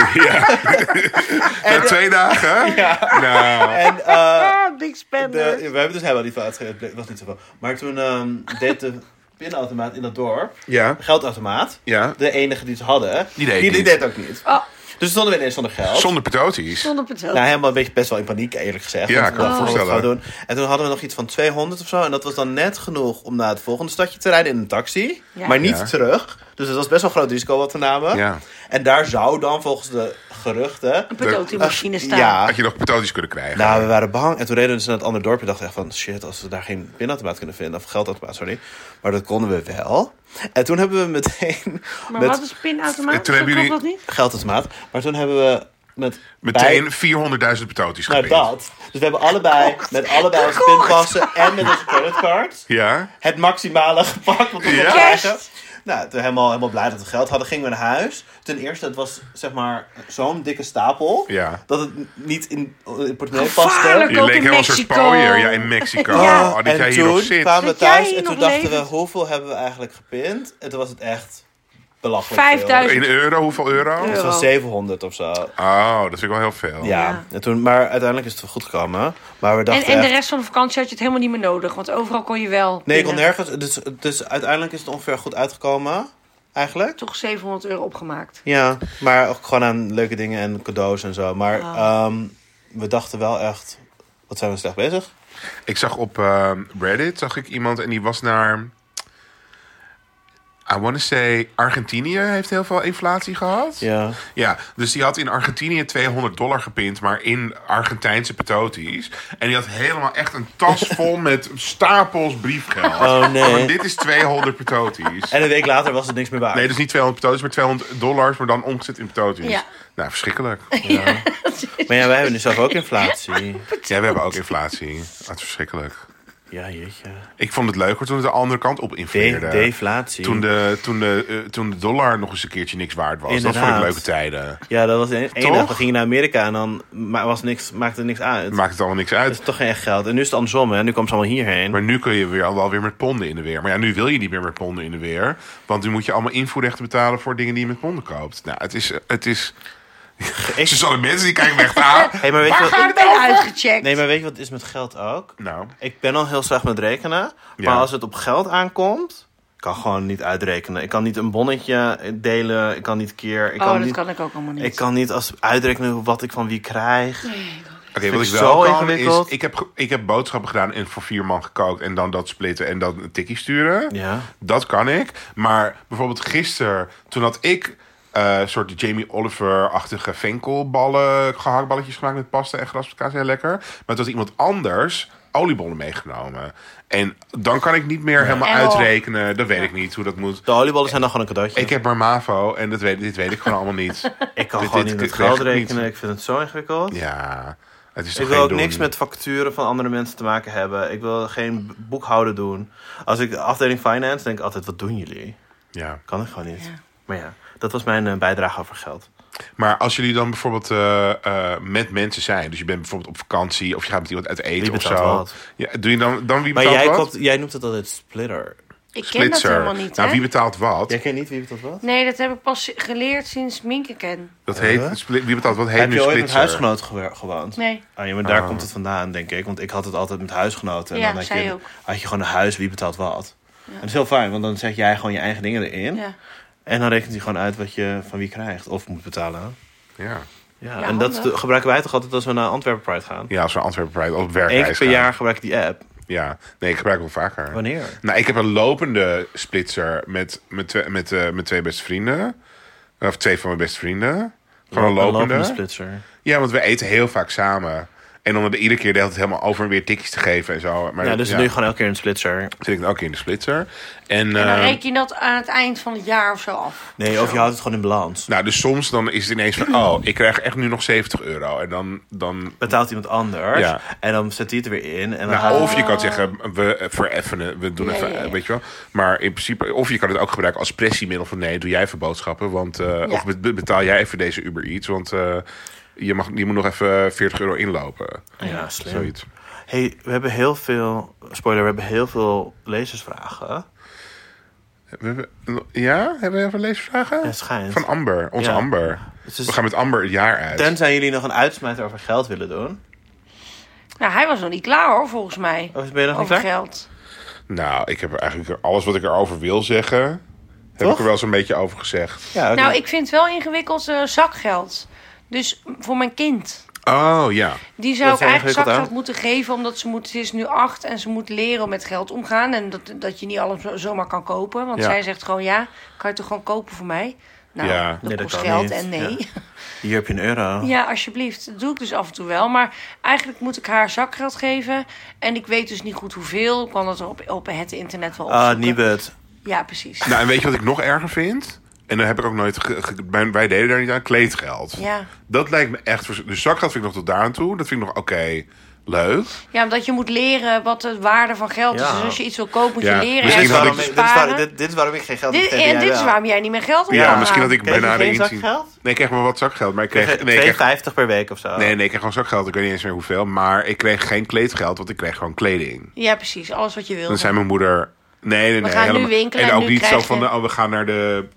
Na twee dagen? Ja. Nou,
En eh,
Ah, big
de,
spender.
we hebben dus helemaal niet veel uitgegeven. Het was niet zoveel. Maar toen ehm, deed de pinautomaat in dat dorp,
ja.
de geldautomaat,
Ja.
de enige die ze hadden,
Die deed niet.
deed ook niet.
Oh.
Dus stonden we ineens zonder geld.
Zonder patotis.
Zonder patat.
Nou, helemaal een beetje best wel in paniek, eerlijk gezegd.
Ja,
Want
ik
we
kan me
dachten, wat
voorstellen.
gaan we doen? En toen hadden we nog iets van 200 of zo. En dat was dan net genoeg om naar het volgende stadje te rijden in een taxi.
Ja.
Maar niet
Ja.
terug. Dus het was best wel een groot risico wat we namen.
Ja.
En daar zou dan volgens de geruchten...
Een machine staan.
Ja.
Had je nog patotis kunnen krijgen?
Nou, we waren bang. En toen reden we dus naar het andere dorp. En dachten echt van, shit, als we daar geen pinautomaat kunnen vinden. Of geldautomaat, sorry. Maar dat konden we wel. En toen hebben we meteen...
Maar
met
wat is pinautomaat?
Toen hebben
Zo klopt
jullie-
dat niet?
Geldautomaat. Maar toen hebben we met... bij-
Meteen 400.000 patotis
Nou,
gepind.
dat. Dus we hebben allebei, met allebei onze
Gekocht.
pinpassen en met onze creditcard,
Ja.
het maximale gepakt wat we konden
Ja.
krijgen.
Kerst.
Nou, toen helemaal, helemaal blij dat we geld hadden, gingen we naar huis. Ten eerste, het was zeg maar zo'n dikke stapel,
Ja.
dat het niet in, in het portemonnee paste.
Gevaarlijk.
Je
ook
leek
in
helemaal een soort
Mexico.
pooier. Ja, in Mexico.
Ja.
Oh, dat jij
en
hier nog
toen
zit.
kwamen we
Dat jij
thuis
hier
en toen
nog
dachten we,
levend.
hoeveel hebben we eigenlijk gepint? En toen was het echt belachelijk veel.
5000
In euro, hoeveel euro?
Ja.
Zo'n
euro.
700 of zo. Ja,
Oh, dat vind ik wel heel veel.
Ja.
En toen, maar uiteindelijk is het wel goed gekomen. Maar we
En,
dachten
en de
echt-
rest van de vakantie had je het helemaal niet meer nodig. Want overal kon je wel
Nee, ik kon
binnen.
nergens. Dus, dus uiteindelijk is het ongeveer goed uitgekomen. Eigenlijk.
Toch 700 euro opgemaakt.
Ja, maar ook gewoon aan leuke dingen en cadeaus en zo. Maar ehm, we dachten wel echt, wat zijn we slecht bezig?
Ik zag op eh, Reddit zag ik iemand en die was naar. I want to say Argentinië heeft heel veel inflatie gehad.
Ja.
Ja, dus die had in Argentinië 200 dollar gepind, maar in Argentijnse patoties. En die had helemaal echt een tas vol met stapels briefgeld.
Oh, nee.
Van, dit is 200 patoties.
En een week later was het niks meer waard.
Nee, dus niet 200 patoties, maar 200 dollars, maar dan omgezet in patoties.
Ja.
Nou, verschrikkelijk.
Maar ja, wij hebben nu zelf ook inflatie.
Ja, we hebben ook inflatie. Dat is verschrikkelijk.
Ja, jeetje.
Ik vond het leuker toen het de andere kant op
De-
infleerde.
deflatie.
toen, de, toen, de, eh, toen de dollar nog eens een keertje niks waard was. Dat vond
Inderdaad.
ik leuke tijden.
Ja, dat was één één
Toch?
dag. Dan ging je naar Amerika en dan ma- was niks, maakte het niks uit.
Maakt het allemaal niks
Het
uit.
is toch geen echt geld. En nu is het andersom, hè. Nu komt ze allemaal hierheen.
Maar nu kun je weer, wel weer met ponden in de weer. Maar ja, nu wil je niet meer met ponden in de weer. Want nu moet je allemaal invoerrechten betalen voor dingen die je met ponden koopt. Nou, het is... Het is
Ik-
Ze zullen mensen die kijken weg aan.
Hey, maar weet je
Waar
wat-
gaat
Ik
het
ben
over?
uitgecheckt.
Nee, maar weet je wat het is met geld ook?
Nou,
Ik ben al heel slecht met rekenen.
Ja.
Maar als het op geld aankomt... Ik kan gewoon niet uitrekenen. Ik kan niet een bonnetje delen. Ik kan niet keer... Ik
oh,
kan
dat
niet,
kan ik ook allemaal niet.
Ik kan niet als uitrekenen wat ik van wie krijg.
Oké, wat ik
Vind ik
wel
zo
kan
ingewikkeld.
is... Ik heb, ge- ik heb boodschappen gedaan en voor vier man gekookt... en dan dat splitten en dan een tikkie sturen.
Ja.
Dat kan ik. Maar bijvoorbeeld gisteren, toen had ik... eh soort Jamie Oliver-achtige venkelballen, gehaktballetjes gemaakt met pasta en graspelkaas. Heel lekker. Maar toen had iemand anders oliebollen meegenomen. En dan kan ik niet meer helemaal
En wel.
uitrekenen. Dat weet ik niet hoe dat moet.
De oliebollen zijn dan gewoon een cadeautje.
Ik heb maar MAVO en dat weet, dit weet ik gewoon allemaal niet.
Ik kan
Dit-
gewoon
dit
niet met
krijg
geld
ik niet.
rekenen. Ik vind het zo ingewikkeld.
Ja, het is toch
Ik wil
geen
ook
doen.
niks met facturen van andere mensen te maken hebben. Ik wil geen b- boekhouden doen. Als ik de afdeling finance denk ik altijd, wat doen jullie?
Ja.
Kan ik gewoon niet.
Ja.
Maar ja, dat was mijn eh, bijdrage over geld.
Maar als jullie dan bijvoorbeeld eh, eh, met mensen zijn, dus je bent bijvoorbeeld op vakantie of je gaat met iemand uit eten
Wie
of
betaalt
zo.
wat?
Ja, doe je dan, dan wie
Maar
betaalt
jij,
wat?
koopt- jij noemt het altijd splitter.
Ik ken dat helemaal niet,
nou,
hè?
wie betaalt wat?
Jij kent niet wie dat wat?
Nee, dat heb ik pas geleerd sinds Minke ken.
Dat heet, spli- wie betaalt wat heet
Heb
nu
je ooit met
splitser.
huisgenoten gewer- gewoond?
Nee.
Ah, ja, maar daar komt het vandaan, denk ik. Want ik had het altijd met huisgenoten. En
Ja,
dan had
zij
je,
ook.
had je gewoon een huis, wie betaalt wat. En dat is heel fijn, want dan zet jij gewoon je eigen dingen erin.
Ja.
En dan rekent hij gewoon uit wat je van wie krijgt of moet betalen.
Ja.
Ja,
Ja,
en dat
handig.
gebruiken wij toch altijd als we naar Antwerpen Pride gaan?
ja, als we Antwerpen Pride op
Eén keer
werkreis
per
gaan.
jaar gebruik ik die app.
Ja, nee, ik gebruik hem wel vaker.
Wanneer?
Nou, ik heb een lopende splitser met, met, twee- met, eh, met twee beste vrienden. Of twee van mijn beste vrienden. Gewoon een lopende.
splitser.
Ja, want we eten heel vaak samen. En om er iedere keer de hele tijd helemaal over en weer tikjes te geven en zo. Maar,
Ja, dus dan doe je gewoon elke keer een splitser.
zit ik dan ook in de splitser. En,
En
Ehm.
dan
eh,
reken je dat aan het eind van het jaar of zo af.
Nee, of je houdt het gewoon in balans.
nou, dus soms dan is het ineens van... oh, ik krijg echt nu nog 70 euro. En dan... dan
Betaalt iemand anders
Ja.
en dan zet hij het er weer in. En dan
nou,
houdt-
of je kan zeggen, we eh, vereffenen, we doen even,
ja, ja.
eh, weet je wel. Maar in principe, of je kan het ook gebruiken als pressiemiddel van... nee, doe jij even boodschappen, want... eh, of be- be- betaal jij even deze Uber Eats, want eh, je, mag, je moet nog even 40 euro inlopen.
Ah
Ja, slim.
Zoiets.
hey, we hebben heel veel... Spoiler, we hebben heel veel lezersvragen.
We hebben- ja, hebben we even leesvragen?
Ja, schijnt.
Van Amber, onze
Ja.
Amber.
Het is-
We gaan met Amber het jaar uit.
Tenzij jullie nog een uitsmijter over geld willen doen.
Nou, hij was nog niet klaar hoor, volgens mij.
Of ben Oh, je nog niet
Over
klaar?
geld.
Nou, ik heb er eigenlijk alles wat ik erover wil zeggen... heb
Toch?
ik er wel zo'n beetje over gezegd.
Ja, oké.
Nou, ik vind het wel ingewikkeld eh, zakgeld. Dus voor mijn kind.
Oh, ja.
Die zou
Dat
ik
is
eigenlijk
ingewikkeld,
zakgeld
hè?
moeten geven, omdat ze, moet, ze is nu acht en ze moet leren om met geld omgaan. En dat, dat je niet alles zo- zomaar kan kopen. Want
Ja.
zij zegt gewoon, ja, kan je toch gewoon kopen voor mij? Nou,
Ja.
dat
Nee, dat
kost
kan
geld
niet.
en nee. Ja.
Hier heb je een euro.
alsjeblieft. Dat doe ik dus af en toe wel. Maar eigenlijk moet ik haar zakgeld geven. En ik weet dus niet goed hoeveel. Ik kan dat op, op het internet wel opzoeken.
Ah, Nibud.
Ja, precies.
Nou, en weet je wat ik nog erger vind? En dan heb ik ook nooit... ge- ge- bij- wij deden daar niet aan. Kleedgeld.
Ja.
Dat lijkt me echt... vers- Dus zakgeld vind ik nog tot daar aan toe. Dat vind ik nog oké. leuk.
Ja, omdat je moet leren wat de waarde van geld is.
Ja.
Dus als je iets wil kopen, moet
Ja,
je leren.
Dit
Misschien
is,
ergens
had
waarom ik,
voor
ik-
dit, is
sparen.
waar- dit, dit is waarom ik geen geld heb.
Dit-
tegen
en
jij
dit is
wel.
waarom jij niet meer geld om
Ja,
kan gaan.
misschien dat ik
Kreeg je
bijna de
geen
inzien...
zakgeld?
Nee, ik kreeg maar wat zakgeld. Maar ik kreeg...
Kreeg-
nee, ik kreeg,
2,50 per week of zo.
nee, nee, ik kreeg gewoon zakgeld. Ik weet niet eens meer hoeveel. Maar ik kreeg geen kleedgeld, want ik kreeg gewoon kleding.
Ja, precies. Alles wat je wil.
Dan zei mijn moeder... Nee, nee, nee.
gaan nu
helemaal-
winkelen
En
en
ook
nu
niet zo
krijg je-
van... de- oh, we gaan naar de...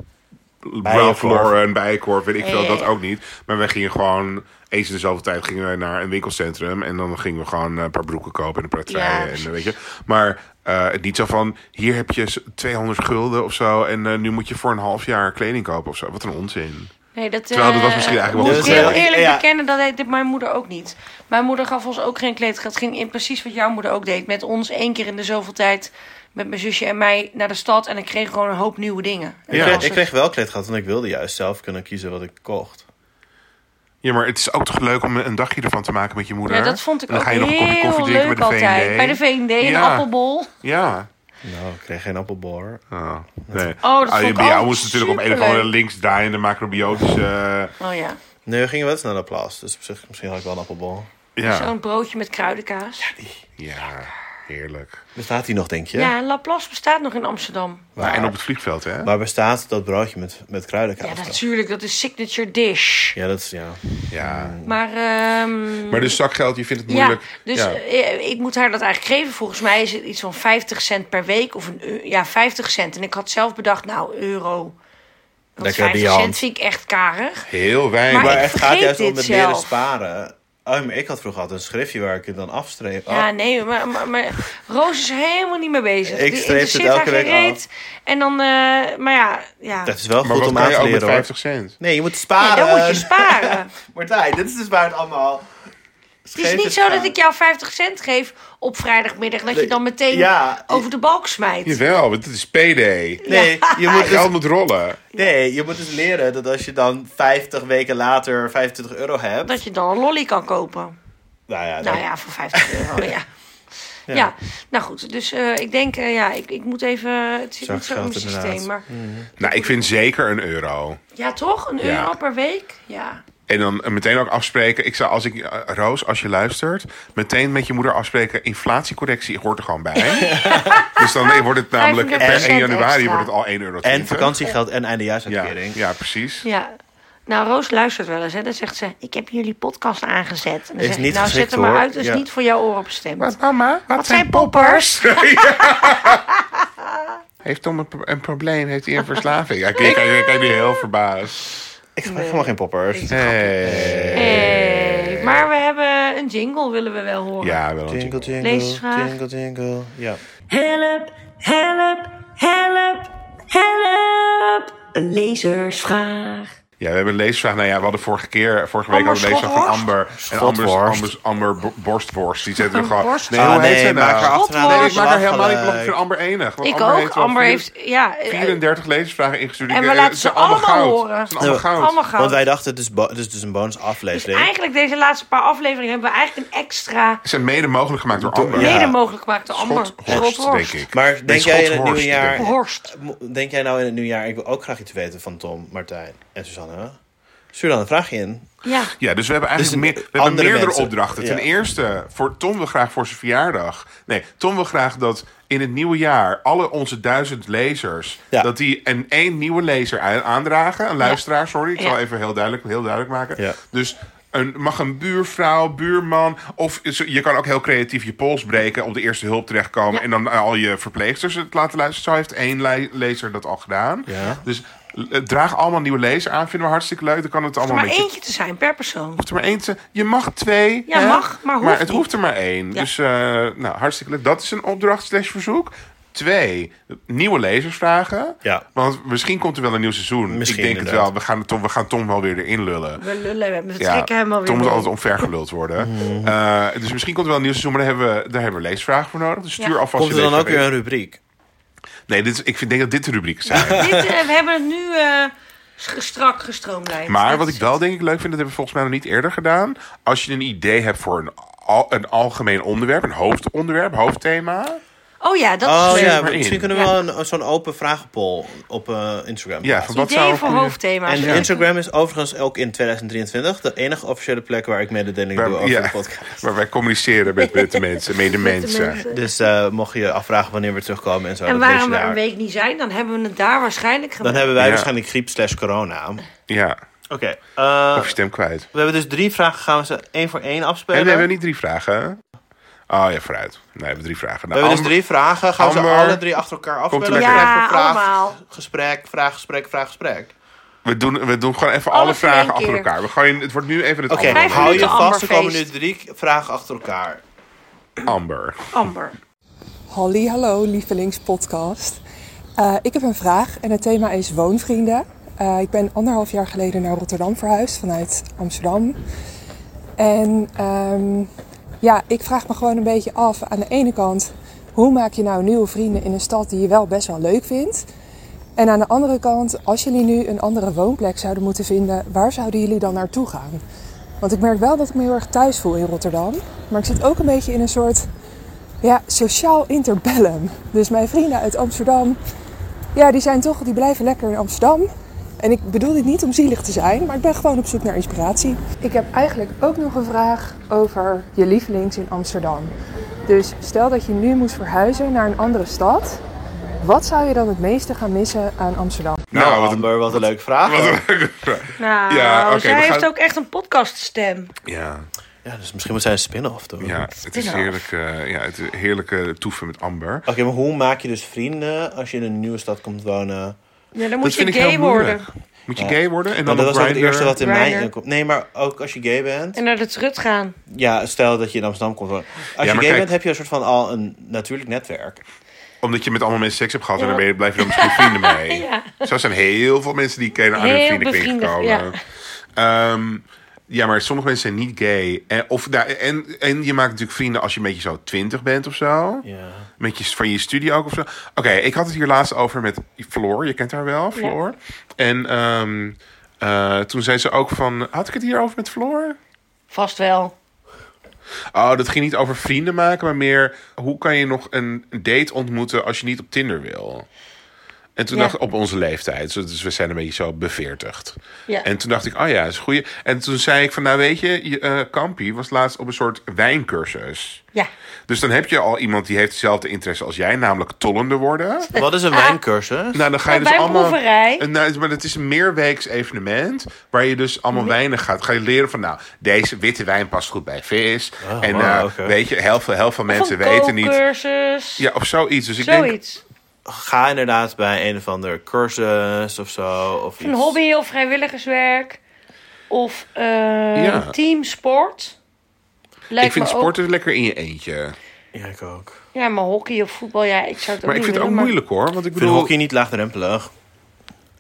Ralph
Bijenkorf.
Lauren, Bijenkorf, weet ik veel,
ja,
dat
ja.
ook niet. Maar wij gingen gewoon, eens in de zoveel tijd gingen wij naar een winkelcentrum. En dan gingen we gewoon eh, een paar broeken kopen en een paar
Ja,
treien. en,
precies.
eh, weet je. Maar eh, het niet zo van, hier heb je z- 200 gulden of zo. En eh, nu moet je voor een half jaar kleding kopen of zo. Wat een onzin.
Nee, dat,
Terwijl dat was
eh,
misschien eigenlijk
wel
moet
goed
ik heel
geweest.
eerlijk
Ja.
bekennen, dat deed mijn moeder ook niet. Mijn moeder gaf ons ook geen kleedgeld. Ging in precies wat jouw moeder ook deed. Met ons één keer in de zoveel tijd met mijn zusje en mij naar de stad. En ik kreeg gewoon een hoop nieuwe dingen. En
Ik,
dat was
kreeg, ik
het.
kreeg wel kleedgeld, want ik wilde juist zelf kunnen kiezen wat ik kocht.
Ja, maar het is ook toch leuk om een dagje ervan te maken met je moeder.
Ja, dat vond ik
en dan
ook
ga je nog een kopje
heel
koffie
leuk
drinken bij de
altijd.
VND.
Bij de VND, een
Ja.
appelbol.
Ja.
Nou, ik kreeg geen appelbol. hoor.
Oh, nee.
vond ik
Ah, je- bij jou
ook
moest natuurlijk op een of andere
superleuk.
links draaiende macrobiotische... eh,
Oh ja,
Nee, we gingen wel eens naar de plas, dus op zich, misschien had ik wel een appelbol.
eh, ja.
zo'n broodje met kruidenkaas.
ja. Heerlijk.
Bestaat die nog, denk je?
Ja, en Laplace bestaat nog in Amsterdam.
Waar,
en op het vliegveld, hè?
waar bestaat dat broodje met, met kruidenkaas?
Ja,
nog?
natuurlijk, dat is signature dish.
Ja, dat is... Ja.
Ja.
Maar, ehm,
Maar dus zakgeld, je vindt het
ja,
moeilijk.
dus
Ja.
eh, ik moet haar dat eigenlijk geven. Volgens mij is het iets van 50 cent per week of een eu- ja, 50 cent. En ik had zelf bedacht, nou, euro. Want
Lekker die
50
hand.
cent vind ik echt karig.
Heel weinig.
Maar
Maar het
ik
gaat
vergeet
juist om
dit
het leren
zelf.
sparen. Oh, maar ik had vroeger altijd een schriftje waar ik het dan afstreep. Oh,
Ja, nee, maar, maar, maar Roos is er helemaal niet mee bezig.
Ik
Die
streep het
interesseert haar
elke week
gereed. En dan, eh, maar ja, ja.
Dat is wel
Maar
goed
wat
om
kan
aan
je
te
ook met
leren, hoor.
50 cent?
Nee, je moet
Nee,
sparen.
dan moet je sparen.
Martijn, dit is dus waar het allemaal...
Het is niet zo dat ik jou 50 cent geef op vrijdagmiddag. Dat je dan meteen
Ja.
over de balk smijt.
Jawel, want het is PD.
Nee, je moet dus
Geld moet rollen.
Nee, je moet dus leren dat als je dan 50 weken later 25 euro hebt.
Dat je dan een lolly kan kopen.
Nou ja, dan-
Nou ja, voor 50 euro, ja. Ja. nou goed. Dus eh, ik denk, eh, ja, ik, ik moet even... Het zit
Zak
niet zo in mijn
geld inderdaad. Mm.
systeem, maar...
Nou, ik vind zeker een euro.
Ja, toch? Een
Ja.
euro per week? Ja.
En dan eh, meteen ook afspreken. Ik zou als ik, eh, Roos, als je luistert, meteen met je moeder afspreken. Inflatiecorrectie hoort er gewoon bij. dus dan nee, wordt het namelijk per 1
35%
januari
extra.
wordt het al 1 euro.
En vakantiegeld en
Ja,
eindejaarsuitkering.
ja, precies.
Ja. Nou, Roos luistert wel eens. Hè. Dan zegt ze, ik heb jullie podcast aangezet. En dan
Is
zeg ik,
niet
nou
geschikt,
zet hem maar
hoor.
uit. Dat is
Ja.
niet voor jouw oren bestemd.
mama? Wat,
zijn poppers?
Heeft Tom een, pro- een probleem? Heeft hij een verslaving? Ja, kijk, kijk, kijk, die heel verbaasd.
Ik gebruik helemaal geen poppers.
Hey.
Hey, maar we hebben een jingle, willen we wel horen.
Ja, wel een
Jingle,
jingle.
jingle,
Leesvraag.
jingle, jingle. Ja.
Help, help, help, help. Een lezersvraag.
Ja, we hebben een leesvraag. Nou ja, we hadden vorige keer, vorige week
Amber
hadden we een leesvraag van Amber. En Amber's,
Schotworst.
Amber's, Amber bo- borstworst. Die zetten we gewoon...
Borst-
Nee, hoe
Ah,
heet
nee,
ze nou?
maar-
Ik ga af-
Schotworst.
Nee, ik maak haar helemaal niet belangrijk. Ik
Gelijk.
vind Amber enig. want
Ik
Amber
ook.
heeft wel
Amber
vier-
heeft, ja, eh,
34 levensvragen ingestuurd.
En we
Ik, eh,
laten
het
ze
zijn allemaal
allemaal
goud.
horen.
Het zijn allemaal goud.
allemaal goud.
Want wij dachten, het is, bo- het is dus een bonus
Dus
aflevering.
eigenlijk deze laatste paar afleveringen hebben we eigenlijk een extra
Ze zijn mede mogelijk gemaakt door Amber.
Ja.
mede mogelijk gemaakt door Amber.
Schotworst, denk ik.
Maar
Nee,
denk jij in het
Schotworst,
nieuwe jaar...
denk ik.
Horst.
Mo- Denk jij nou in het nieuwe jaar... Ik wil ook graag iets weten van Tom, Martijn en Susanne. Stuur dan een vraagje in.
Ja.
Ja, dus we hebben eigenlijk
Dus een-
meer, we hebben
andere
meerdere
mensen.
opdrachten. Ten
Ja.
eerste, voor Tom wil graag voor zijn verjaardag. Nee, Tom wil graag dat in het nieuwe jaar alle onze duizend lezers...
Ja.
dat die een één nieuwe lezer a- aandragen. Een luisteraar, sorry. Ik zal
Ja.
even heel duidelijk, heel duidelijk maken.
Ja.
Dus... Een, mag een buurvrouw, buurman. Of is- je kan ook heel creatief je pols breken. Op de eerste hulp terechtkomen. En dan eh, al je verpleegsters het laten luisteren. Zo heeft één le- lezer dat al gedaan.
Ja.
Dus eh, draag allemaal nieuwe lezers aan. Vinden we hartstikke leuk. Dan kan het allemaal
Maar
met je
eentje te zijn per persoon.
hoeft er maar één te Je mag twee.
Ja,
hè?
mag, maar hoeft
het
niet.
hoeft er maar één.
Ja.
Dus eh, nou, hartstikke leuk. Dat is een opdracht slash verzoek. Twee, nieuwe lezers vragen.
Ja.
Want misschien komt er wel een nieuw seizoen.
Misschien,
Ik denk het
inderdaad.
wel. We gaan Tom, we gaan Tom wel weer erin lullen.
We lullen, we
Ja,
trekken hem alweer.
Tom moet
mee.
altijd omvergeluld worden.
Mhm.
Eh, dus misschien komt er wel een nieuw seizoen, maar daar hebben we, daar hebben we leesvragen voor nodig. Dus stuur
Ja.
alvast
Komt
je
er dan ook
leesvragen
weer een
in.
rubriek?
Nee, dit, is- ik vind, denk dat dit de rubrieken zijn.
Dit, eh, we hebben het nu eh, s- strak gestroomlijnd.
Maar
Dat
wat
is
ik wel denk ik leuk vind, dat hebben we volgens mij nog niet eerder gedaan. Als je een idee hebt voor een, al, een algemeen onderwerp, een hoofdonderwerp, hoofdthema.
het. Oh ja, dat
Oh
is
ja,
maar in.
misschien kunnen we wel een- zo'n open vragenpoll op eh, Instagram
Ja,
plaatsen.
een
van wat
idee
zou een
voor
goede-
hoofdthema's.
En
Ja.
Instagram is overigens ook in 2023 de enige officiële plek waar ik mededeling doe
Waar,
over
ja,
de podcast.
waar wij communiceren met, met de mensen, mede mensen.
Dus eh, mocht je je afvragen wanneer we terugkomen en zo,
En
dat weet
waarom
je
we
daar.
een week niet zijn, dan hebben we het daar waarschijnlijk
Dan
gemaakt.
hebben wij
Ja.
waarschijnlijk griep slash corona. Oké,
Ja,
eh,
of je stem kwijt.
we hebben dus drie vragen. Gaan we ze één voor één afspelen?
En we hebben niet drie vragen. Oh ja, vooruit. Nee, we hebben drie vragen.
We
Nou,
hebben dus
Amber-
drie vragen. Gaan we
Amber,
ze alle drie achter elkaar
er
afspelen?
lekker
Vraag
in.
voor
Ja,
vraag,
allemaal.
gesprek, vraag, gesprek, vraag, gesprek.
we, doen, we doen gewoon even
Alles
alle,
in één
vragen achter
keer.
elkaar. We gooien, het wordt nu even het
Oké,
Amber.
Vijf
hou je
minuten
vast. Er komen nu
Amberfeest.
drie vragen achter elkaar.
Amber.
Amber.
Halli, hallo, lievelingspodcast. Eh, ik heb een vraag en het thema is woonvrienden. Eh, ik ben anderhalf jaar geleden naar Rotterdam verhuisd vanuit Amsterdam. En ehm, ja, ik vraag me gewoon een beetje af aan de ene kant... hoe maak je nou nieuwe vrienden in een stad die je wel best wel leuk vindt? En aan de andere kant, als jullie nu een andere woonplek zouden moeten vinden... waar zouden jullie dan naartoe gaan? Want ik merk wel dat ik me heel erg thuis voel in Rotterdam. Maar ik zit ook een beetje in een soort ja, sociaal interbellum. Dus mijn vrienden uit Amsterdam, ja, die zijn toch, die blijven lekker in Amsterdam. En ik bedoel dit niet om zielig te zijn, maar ik ben gewoon op zoek naar inspiratie. Ik heb eigenlijk ook nog een vraag over je lievelings in Amsterdam. Dus stel dat je nu moest verhuizen naar een andere stad. Wat zou je dan het meeste gaan missen aan Amsterdam?
Nou,
Nou, wat een...
Amber, wat een leuke vraag.
Wat een leuke vraag. Ja, oké,
Nou, zij
we
heeft
gaan-
ook echt een podcaststem.
Ja,
Ja, dus misschien moet zij een spin-off doen.
ja, het is heerlijk, eh, ja, het is heerlijke toeven met Amber.
Oké, maar hoe maak je dus vrienden als je in een nieuwe stad komt wonen?
Ja, dan
dat
moet
vind
je
ik heel
gay worden.
moeilijk. Moet je gay worden en
Nou,
dan
dat was
op
ook het
Grindr?
eerste wat in mij
Grindr.
inkomt. Nee, maar ook als je gay bent.
En naar de trut gaan.
Ja, stel dat je in Amsterdam komt wonen. Als je gay
maar kijk-
bent, heb je een soort van al een natuurlijk netwerk.
Omdat je met allemaal mensen seks hebt gehad en dan ben je, blijf je dan misschien vrienden mee. Zo zijn heel veel mensen die ik ken aan hun
Heel
vriendenkring
bevriendigd,
gekomen. Ja.
ja.
ja, maar sommige mensen zijn niet gay. En, of, nou, en, en je maakt natuurlijk vrienden als je een beetje zo twintig bent of zo.
Ja.
Met je, van je studie ook of zo. Oké, ik had het hier laatst over met Floor. Je kent haar wel, Floor. En ehm, eh, toen zei ze ook van... Had ik het hier over met Floor?
Vast wel.
Oh, dat ging niet over vrienden maken, maar meer hoe kan je nog een date ontmoeten als je niet op Tinder wil? En toen
Ja.
dacht ik, op onze leeftijd, zo- dus we zijn een beetje zo beveertigd.
Ja.
En toen dacht ik, oh ja, is een goeie. En toen zei ik van, nou weet je, je, eh, Kampi was laatst op een soort wijncursus.
Ja.
Dus dan heb je al iemand die heeft hetzelfde interesse als jij, namelijk tollende worden.
Wat is een wijncursus?
Nou, dan ga je
Ja,
dus
bij een
allemaal.
proeverij.
Eh, Nou, maar het is een meerweeks evenement waar je dus allemaal weinig gaat. Ga je leren van, nou, deze witte wijn past goed bij vis. en
wow,
nou,
Oh, oké.
weet je, heel veel, heel veel mensen
Van
weten niet.
kookcursus.
Ja, of zoiets. Dus ik denk,
Zoiets.
Ga inderdaad bij een of ander cursus of zo. Of
Een
iets.
hobby of vrijwilligerswerk. Of eh
Ja.
teamsport. Lijkt
ik vind
me
sporten lekker in je eentje.
Ja, ik ook. Ik
Ook, ja, maar hockey of voetbal, ja, ik zou het ook
Maar ik
niet
vind het ook
willen, maar-
moeilijk hoor. Want ik
vind
bedoel,
hockey niet laagdrempelig.
ik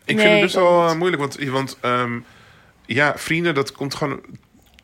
vind het
Nee,
best
ik ook
wel eh, moeilijk. Want, want ehm, ja, vrienden, dat komt gewoon.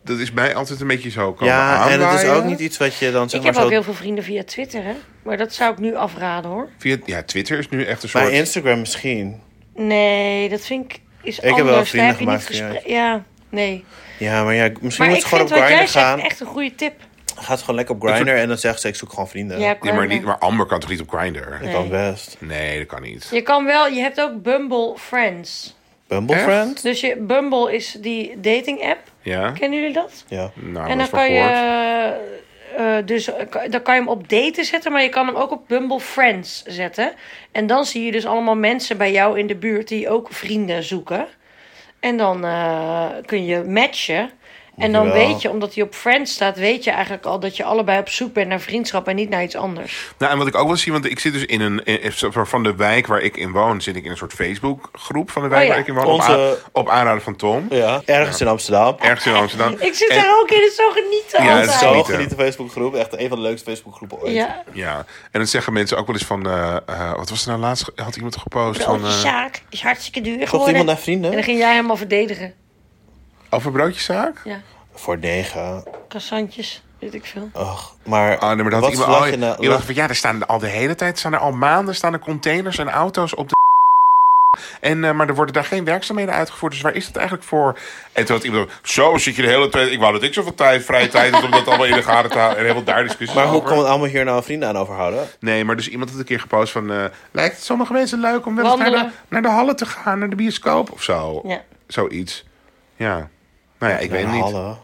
Dat is mij altijd een beetje zo komen
Ja, en het is
aanwaaien.
ook niet iets wat je dan zeg
Ik
maar
heb ook
zo...
heel veel vrienden via Twitter, hè. Maar dat zou ik nu afraden, hoor.
Via, ja, Twitter is nu echt een soort...
Bij Instagram misschien.
Nee, dat vind ik is
heb wel
anders.
vrienden
Daar heb je niet
gemaakt via-
gesprek... Ja, nee.
Ja, maar ja, misschien
Maar
moet
ik
ze gewoon op
vind wat jij
Grindr
zegt
gaan.
echt een goede tip.
Gaat gewoon lekker op Grindr en dan zegt ze, ik zoek gewoon vrienden.
Ja,
Nee, maar,
Grindr.
niet, maar Amber kan toch niet op Grindr?
Dat kan best.
Nee, dat kan niet.
Je kan wel, je hebt ook Bumble Friends.
Bumble
Echt?
friend?
Dus je, Bumble is die dating app.
Ja?
Kennen jullie dat?
Ja.
Nou,
en
dat
dan
is wel
kan je,
gehoord.
eh, eh, dus, eh, ka- dan kan je hem op daten zetten, maar je kan hem ook op Bumble Friends zetten. En dan zie je dus allemaal mensen bij jou in de buurt die ook vrienden zoeken. En dan eh, kun je matchen. En dan
Jawel.
weet je, omdat hij op Friends staat, weet je eigenlijk al dat je allebei op zoek bent naar vriendschap en niet naar iets anders.
Nou, en wat ik ook wel zie, want ik zit dus in een. in- in- van de wijk waar ik in woon, zit ik in een soort Facebook-groep van de wijk
Oh ja.
waar ik in woon.
Onze-
Op, aan- op aanraden van Tom.
ja. Ergens in Amsterdam.
Ergens in Amsterdam.
Ik zit
En-
daar ook in, het is zo genieten
Ja, het
altijd.
is
Zo
Genieten.
genieten Facebookgroep. Echt een van de leukste Facebookgroepen ooit.
Ja,
Ja, en dan zeggen mensen ook wel eens van. eh, eh, wat was er nou laatst? Had iemand gepost van.
broodje
eh,
zaak is hartstikke duur
Zocht iemand
geworden.
naar
En dan
vrienden?
ging jij helemaal verdedigen.
eh, over broodjeszaak?
Ja,
Voor negen.
kassantjes, weet ik veel.
Ach, maar,
Ah, nee, maar dat had
wat
iemand,
verwacht
al,
je nou-
iemand van, ja, er staan al de hele tijd, staan er al maanden, staan er containers en auto's op de en, eh, maar er worden daar geen werkzaamheden uitgevoerd, dus waar is het eigenlijk voor? En toen had iemand, zo zit je de hele tijd, ik wou dat ik zoveel tijd, vrije tijd had om dat allemaal in de gaten te houden. En helemaal daar discussies
Maar hoe
over.
kan het allemaal hier nou vrienden aan overhouden?
Nee, maar dus iemand had een keer gepost van, eh, lijkt het sommige mensen leuk om wel eens naar de,
Wandelen.
naar de hallen te gaan, naar de bioscoop of zo.
Ja.
Zoiets. Ja. Nou ja, ik weet
Ja,
het niet.
hallo.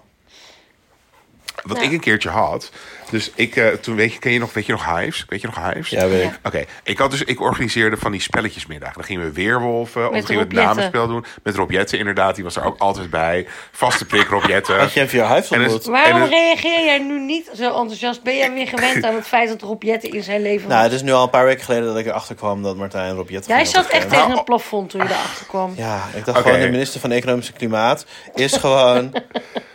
Wat ik een keertje had. Dus ik, eh, toen weet je, ken je nog, weet je nog Hives? Weet je nog Hives?
Ja, weet ik.
Oké, ik had dus, ik organiseerde van die spelletjesmiddag. Dan gingen we weerwolven, of dan
Met
gingen we
Rob
het
Jetten.
namenspel doen. Met Rob Jetten inderdaad, die was er ook altijd bij. Vaste prik Rob Jetten.
Had je hem via Hives
En is-
ontmoet?
Waarom
En het-
reageer jij nu niet zo enthousiast? Ben jij weer gewend aan het feit dat Rob Jetten in zijn leven
Nou,
was?
het is nu al een paar weken geleden dat ik erachter kwam dat Martijn en Rob Jetten
Jij
gingen
zat echt
opgeven.
tegen een plafond toen je erachter kwam.
Nou, Ja, ik dacht
Oké.
gewoon, de minister van Economische Klimaat is gewoon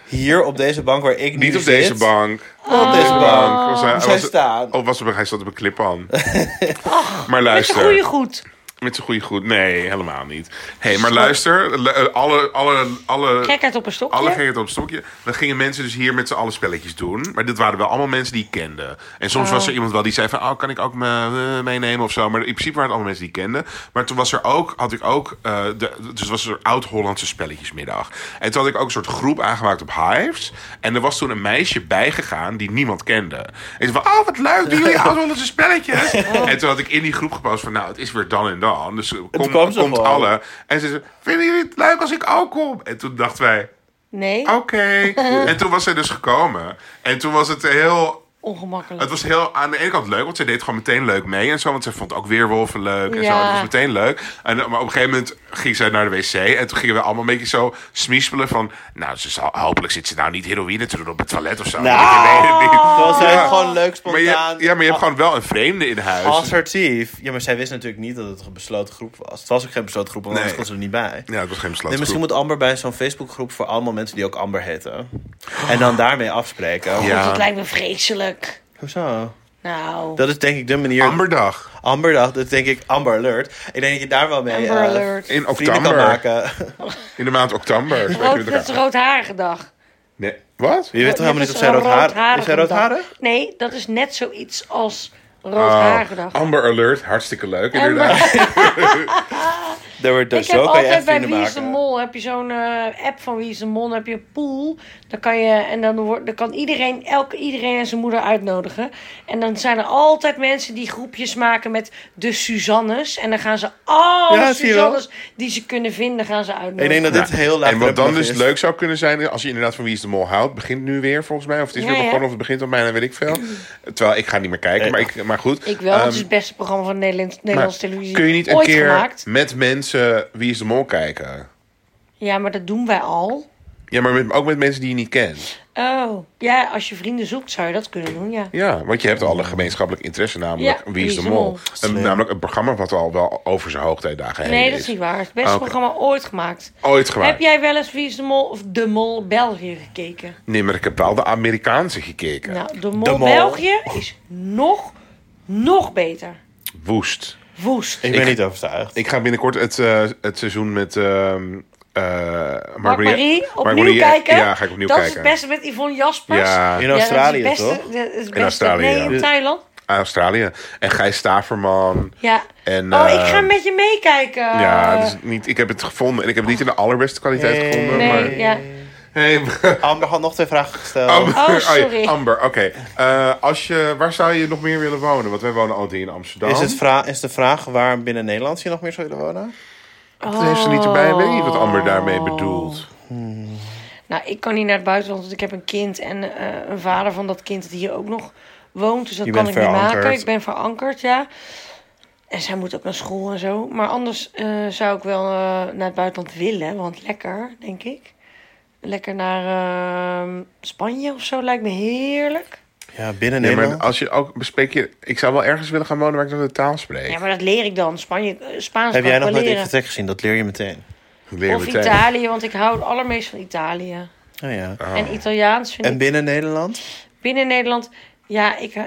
hier op deze bank waar ik nu
Niet op
zit.
deze bank.
Oh.
Op deze bank.
Was hij,
Zij
was,
Oh, staan.
Of was hij, hij zat op een clip aan. maar
Oh, Met je
luister.
goede goed.
Met zijn goede goed. Nee, helemaal niet. Hé, hey, maar luister. lu- eh, Alle, alle, alle,
Gekheid op een stokje.
alle gingen het op het stokje. Dan gingen mensen dus hier met z'n allen spelletjes doen. Maar dit waren wel allemaal mensen die ik kende. En soms was er iemand wel die zei van... Oh, kan ik ook me, eh, meenemen of zo? Maar in principe waren het allemaal mensen die ik kende. Maar toen was er ook... Had ik ook... eh, de, dus was er oud-Hollandse spelletjesmiddag. En toen had ik ook een soort groep aangemaakt op Hives. En er was toen een meisje bijgegaan die niemand kende. En ze van... Oh, wat leuk. Doen jullie oud-Hollandse spelletjes? En toen had ik in die groep gepost van... Nou, het is weer dan en dan. Dus eh, kom,
kwam ze
komt
gewoon.
alle. En ze zei... Vinden jullie het leuk als ik ook kom? En toen dachten wij...
Oh.
Nee.
Oké. En toen was zij dus gekomen. En toen was het heel
ongemakkelijk.
Het was heel aan de ene kant leuk, want zij deed gewoon meteen leuk mee en zo. Want zij vond ook weerwolven leuk en zo.
Ja.
Het was meteen leuk. En, maar op een gegeven moment ging zij naar de wc en toen gingen we allemaal een beetje zo smispelen van... Nou, ze zal, hopelijk zit ze nou niet heroïne te doen op het toilet of zo.
Nou.
Ik weet het niet.
Dat was
Ja.
echt gewoon leuk,
Maar je,
spontaan.
ja, maar je hebt gewoon wel een vreemde in huis.
Assertief. Ja, maar zij wist natuurlijk niet dat het een besloten groep was. Het was ook geen besloten groep, want
Nee.
anders kon ze er niet bij.
Ja, het was geen besloten
Nee, misschien moet Amber bij zo'n Facebookgroep voor allemaal mensen die ook Amber heten. En dan daarmee afspreken.
Ja.
Dat lijkt me vreselijk.
Hoezo?
Nou,
Dat is denk ik de manier.
Amberdag
Amber dag, dat denk ik Amber Alert. Ik denk dat je daar wel mee
Amber
eh,
Alert.
in
vrienden kan
oktober.
maken.
In de maand oktober. spreken we
Rood,
elkaar.
dat is roodharige dag.
Nee. Wat?
Je weet toch helemaal
Dat
niet of zij roodhaar
roodharige
Is zij
dag.
roodharig?
Nee, dat is net zoiets als roodharige
Oh.
dag.
Oh. Amber Alert, hartstikke leuk inderdaad.
Daar wordt
Ik
dus
heb
zo kan je echt
altijd bij
vrienden
Wie is de
maken.
Mol heb je zo'n eh, app van Wie is de Mol. Dan heb je een pool. Dan kan je en dan, wordt, dan kan iedereen, elke, iedereen en zijn moeder uitnodigen. En dan zijn er altijd mensen die groepjes maken met de Suzannes. En dan gaan ze alle
Ja, zie je wel.
Suzannes die ze kunnen vinden, gaan ze
Ik
uitnodigen.
denk dat
Ja.
dit heel laat
En wat dan dus
is.
leuk zou kunnen zijn, als je inderdaad van Wie is de Mol houdt, begint nu weer volgens mij. Of het is
Ja,
weer
ja.
begonnen, of het begint al bijna, weet ik veel. Terwijl ik ga niet meer kijken,
Nee.
maar, ik, maar goed.
Ik wel, want het is
Ehm,
het beste programma van Nederlands, Nederlandse televisie.
kun je niet een
ooit
keer
gemaakt.
met mensen Wie is de Mol kijken?
Ja, maar dat doen wij al.
Ja, maar met, ook met mensen die je niet kent.
Oh, ja, als je vrienden zoekt zou je dat kunnen doen, ja.
Ja, want je hebt alle gemeenschappelijk interesse, namelijk
Ja,
Wie is de Mol. Een- namelijk een programma wat al wel over zijn hoogtijdagen heen
Nee, dat is niet waar. Het
Oh,
beste
Oké.
programma ooit gemaakt.
Ooit gemaakt.
Heb jij wel eens Wie is de Mol of De Mol België gekeken?
Nee, maar ik heb wel de Amerikaanse gekeken.
Nou, De Mol,
Mol.
België is nog, nog beter.
Woest.
Woest.
Ik ben niet overtuigd.
Ik ga binnenkort het, eh, het seizoen met ehm eh Mark
Mark
Marie-
Marie,
Mark
opnieuw
Marie-
kijken.
Ja, ga ik opnieuw
dat
kijken.
is het beste met Yvonne Jaspers.
Ja,
In
Ja, dat is
Australië,
het beste,
toch?
dat is het beste.
Australië,
Nee,
ja.
in Thailand.
Australië. En Gijs Staverman.
Ja.
En,
oh,
eh,
ik ga met je meekijken.
Ja, dus niet, ik heb het gevonden. En ik heb het niet in de allerbeste kwaliteit
Hey.
gevonden.
Oh. Nee,
maar...
ja.
Hey,
Amber had nog twee vragen gesteld.
Amber,
Oh,
ja,
sorry.
Amber, oké. Eh, als je, waar zou je nog meer willen wonen? Want wij wonen al die in Amsterdam.
Is, het vra is de vraag waar binnen Nederland je nog meer zou willen wonen?
Oh.
Dat heeft ze niet erbij. Ik weet niet wat Amber daarmee bedoelt.
Nou, ik kan niet naar het buitenland, want ik heb een kind en eh, een vader van dat kind dat hier ook nog woont. Dus dat
Je
kan ik
bent
niet maken.
verankerd.
Ik ben verankerd, ja. En zij moet ook naar school en zo. Maar anders eh, zou ik wel eh, naar het buitenland willen, want lekker, denk ik. Lekker naar ehm, Spanje of zo lijkt me heerlijk.
Ja, binnen
Nee, maar
Nederland.
als je ook bespreek je. Ik zou wel ergens willen gaan wonen waar ik nog de taal spreek.
Ja, maar dat leer ik dan. Spanje, eh, Spaans
Heb
kan
jij nog
ik wel
nooit
leren.
Infotech gezien? Dat leer je meteen.
Ik leer
Of
meteen.
Italië, want ik hou het allermeest van Italië.
Oh ja.
En Italiaans vind
En
ik
binnen Nederland?
binnen Nederland. Ja, ik, eh,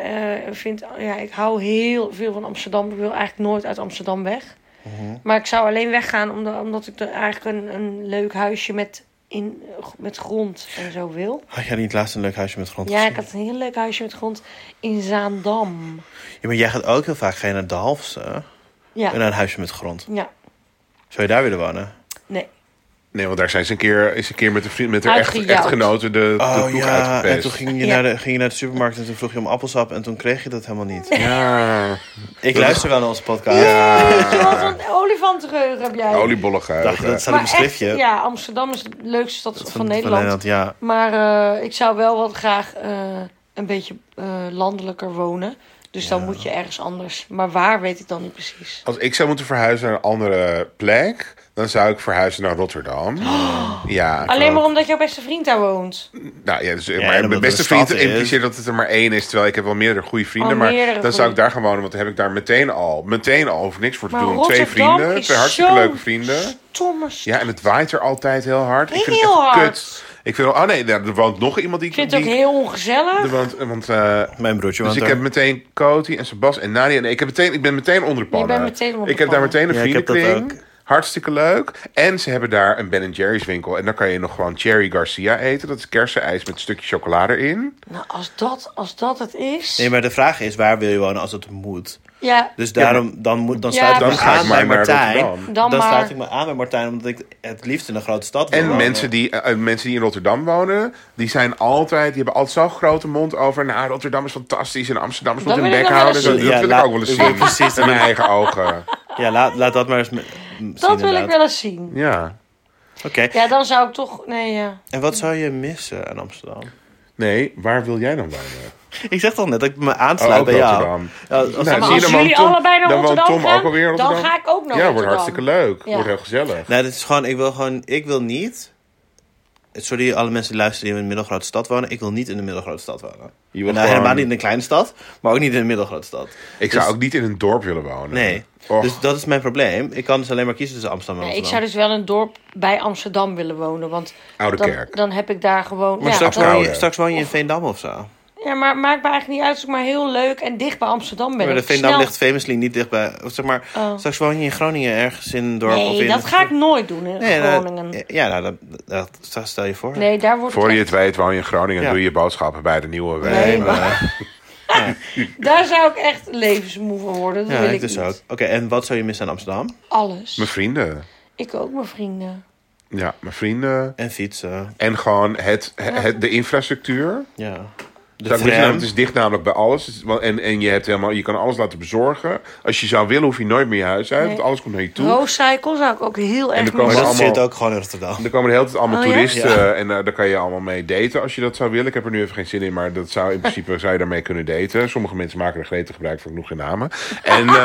vind, ja, ik hou heel veel van Amsterdam. Ik wil eigenlijk nooit uit Amsterdam weg.
Mhm.
Maar ik zou alleen weggaan omdat, omdat ik er eigenlijk een, een leuk huisje met, in, met grond en zo wil.
Had Oh, jij niet laatst een leuk huisje met grond
Ja,
gezien?
ik had een heel leuk huisje met grond in Zaandam.
Ja, maar jij gaat ook heel vaak ga je naar de Halfse. En eh,
Ja,
naar een huisje met grond.
ja.
Zou je daar willen wonen?
nee.
Nee, want daar zijn ze een keer, is een keer met, de vriend, met haar echt,
Uitgejouwd.
echtgenoten de, de
Oh
ploeg
ja,
uitgepest.
en toen ging je,
Ja.
naar de, ging je naar de supermarkt en toen vroeg je om appelsap en toen kreeg je dat helemaal niet.
Ja, Ah,
Ik luister wel naar onze podcast.
Jeetje, wat een olifantengeheugen heb jij.
oliebollen
Dacht, dat staat op een
maar echt,
schriftje.
ja, Amsterdam is de leukste stad van, Nederland.
ja.
Maar eh, ik zou wel wat graag eh, een beetje eh, landelijker wonen. Dus dan moet je ergens anders. Maar waar weet ik dan niet precies.
Als ik zou moeten verhuizen naar een andere plek, dan zou ik verhuizen naar Rotterdam. Ja, ik
Alleen maar
ook-
omdat jouw beste vriend daar woont.
Nou, ja, dus,
en
maar
omdat
mijn
het
beste
een stad
vriend
is.
impliceert dat het er maar één is. Terwijl ik heb wel meerdere goede vrienden.
Oh,
maar
meerdere
dan zou ik
goede-
daar gaan wonen. Want dan heb ik daar meteen al, meteen al over niks voor te
Maar
doen. Twee
Rotterdam
vrienden,
is
twee hartstikke
zo'n
leuke vrienden.
Stomme stad.
Ja, en het waait er altijd heel hard. ik vind het
Heel
echt
hard.
kut. Ik vind, oh nee, daar- er woont nog iemand die
Ik vind het ook
die-
heel ongezellig.
er woont- want eh,
Mijn broertje
Dus
woont
ik
daar.
heb meteen Cody en Sebas en Nadia. Nee, ik, heb meteen, ik ben meteen onder de
Je bent
pannen.
meteen onder de
ik heb daar
pannen.
meteen een
Ja, ik heb dat
vriendenkring. Hartstikke leuk. En ze hebben daar een Ben Jerry's winkel. En dan kan je nog gewoon Cherry Garcia eten. Dat is kersenijs met een stukje chocolade erin.
Nou, als dat, als dat het is.
Nee, maar de vraag is, waar wil je wonen als het moet?
Ja,
Dus daarom, dan, moet, dan
Ja,
sluit ik
Dan
me
ga ik
aan
maar
bij
naar
Martijn.
Rotterdam.
Dan
Dan sluit
maar.
ik me aan bij Martijn, omdat ik het liefst in een grote stad wil
En
wonen.
mensen, die, eh, eh, mensen die in Rotterdam wonen, die zijn altijd, die hebben altijd zo'n grote mond over. Nou, Rotterdam is fantastisch en Amsterdam is
Dat
moet hun
wil ik nog
bek
wel
houden.
eens
Dat,
zien.
dat
Ja,
wil ik
laat-
ook wel eens
ik wil
zien.
precies
in mijn eigen ogen.
Ja, laat, laat dat maar eens me- m- zien,
dat wil ik
inderdaad.
wel eens zien.
Ja.
Oké,
Ja, dan zou ik toch. Nee, ja.
en wat zou je missen aan Amsterdam?
Nee, waar wil jij dan wonen?
Ik zeg toch net dat ik me
Oh,
aansluit
ook
bij jou.
Rotterdam.
Ja, als-
Nou,
als-
zie je,
als
dan woont
jullie
Tom-
allebei naar
dan woont
Rotterdam
Tom
gaan,
ook alweer in
dan
Rotterdam.
ga ik ook naar
Ja, wordt
Rotterdam.
hartstikke leuk.
Ja.
Wordt heel gezellig.
Nee, dat is gewoon, ik wil gewoon, ik wil niet. Sorry, alle mensen die luisteren die in een middelgrote stad wonen. Ik wil niet in een middelgrote stad wonen.
Je wil
En, nou,
gewoon-
Helemaal niet in een kleine stad, maar ook niet in een middelgrote stad.
Ik zou
Dus-
ook niet in een dorp willen wonen.
Nee.
Och,
Dus dat is mijn probleem. Ik kan dus alleen maar kiezen tussen Amsterdam en
Nee, ik
Rotterdam.
zou dus wel in een dorp bij Amsterdam willen wonen. Want
Oude
dan,
Kerk.
dan heb ik daar gewoon...
Maar
dus- ja,
straks,
dan-
woon je,
Koude.
straks woon je in Veendam of zo.
ja, maar maakt me eigenlijk niet uit. Als ik maar heel leuk en dicht bij Amsterdam ben.
Maar de
Dat ik
Veendam
snel-
ligt famously niet dichtbij. Of zeg maar,
Oh.
straks woon je in Groningen ergens in een dorp. of
Nee,
in
dat ga ik nooit doen in
Nee, nou,
Groningen.
ja, nou, dat, dat- dat stel je voor.
nee, daar wordt het
voor je het weet woon je in Groningen en
Ja.
doe je boodschappen bij de Nieuwe Weg.
Nee,
Eh,
maar- Daar zou ik echt levensmoe van worden. Dat
Ja,
wil
ik
ik
dus
niet.
ook. Oké, en wat zou je missen aan Amsterdam?
Alles.
Mijn vrienden.
Ik ook, mijn vrienden.
Ja, mijn vrienden.
En fietsen.
En gewoon het, het, het- de infrastructuur.
Ja. De
Dat moet
tram.
je namelijk- het is dicht namelijk bij alles. Het is wel- En, en je, hebt helemaal, je kan alles laten bezorgen. Als je zou willen, hoef je nooit meer je huis uit. Want alles komt naar je toe.
Rooscycle zou ik ook heel erg
er komen
Maar dat
missen.
allemaal-
zit ook gewoon in Rotterdam.
Er komen de hele tijd allemaal
Oh, ja?
toeristen en eh, daar kan je allemaal mee daten als je dat zou willen. Ik heb er nu even geen zin in, maar dat zou in principe zou je daarmee kunnen daten. Sommige mensen maken er gretig gebruik van, ik noem geen namen. En eh,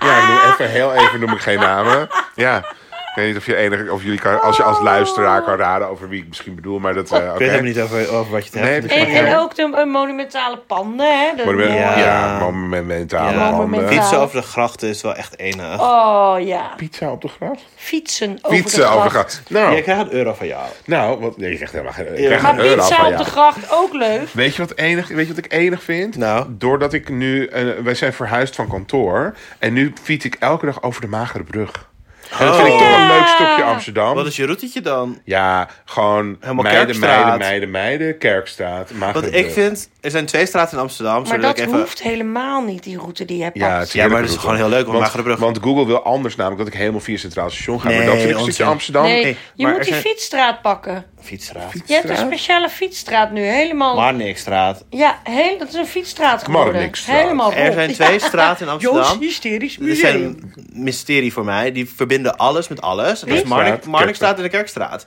ja, ik noem even heel even noem ik geen namen. Ja. Ik weet niet of je enig, of jullie kan, als je als luisteraar kan raden over wie ik misschien bedoel, maar dat eh oké.
Ik weet helemaal niet over, over wat je het
Nee,
hebt.
precies.
En, en ook de eh, monumentale panden, hè. Dat
Maar we-
mooie-
ja,
Ja.
monumentale
Ja.
landen.
Monumentaal.
Fietsen over de grachten is wel echt enig.
Oh ja,
Pizza op de gracht?
fietsen over de
Pizza
gracht.
over de gracht. Nou,
Jij krijgt een euro van jou.
nou wat, nee, je krijgt helemaal geen, ik krijg
Maar
een euro
Pizza
van
op
jou.
de gracht, ook leuk.
Weet je wat, enig, weet je wat ik enig vind?
Nou?
Doordat ik nu... eh, wij zijn verhuisd van kantoor. En nu fiets ik elke dag over de Magere Brug. En dat vind ik toch een leuk stukje Amsterdam.
Wat is je routetje dan?
Ja, gewoon
Helemaal
meiden,
Kerkstraat.
meiden, meiden, meiden. Kerkstraat, Magere
Want ik
Brug.
vind, er zijn twee straten in Amsterdam.
Maar
zodat
dat
ik even...
hoeft helemaal niet, die route die je pakt.
Ja,
Ja,
het
maar dat is
heerlijke
gewoon
route.
heel leuk, want Magere Brug-
Want Google wil anders namelijk dat ik helemaal via Centraal Station ga. maar dat
Nee,
vind ik een stukje
onzin.
Amsterdam.
nee,
nee,
je
maar
moet
er
die
zijn-
fietsstraat pakken.
Fietsstraat.
Je hebt een speciale fietsstraat nu, helemaal...
Marnixstraat.
Ja, heel, dat is een fietsstraat geworden.
Marnixstraat.
Helemaal rond.
Er zijn twee straten in
Oh, Joost,
Amsterdam.
hysterisch
Dit
museum.
zijn een mysterie voor mij. Die verbinden alles met alles. Dat is Marnik-
Kerkstraat,
Marnixstraat en de Kerkstraat.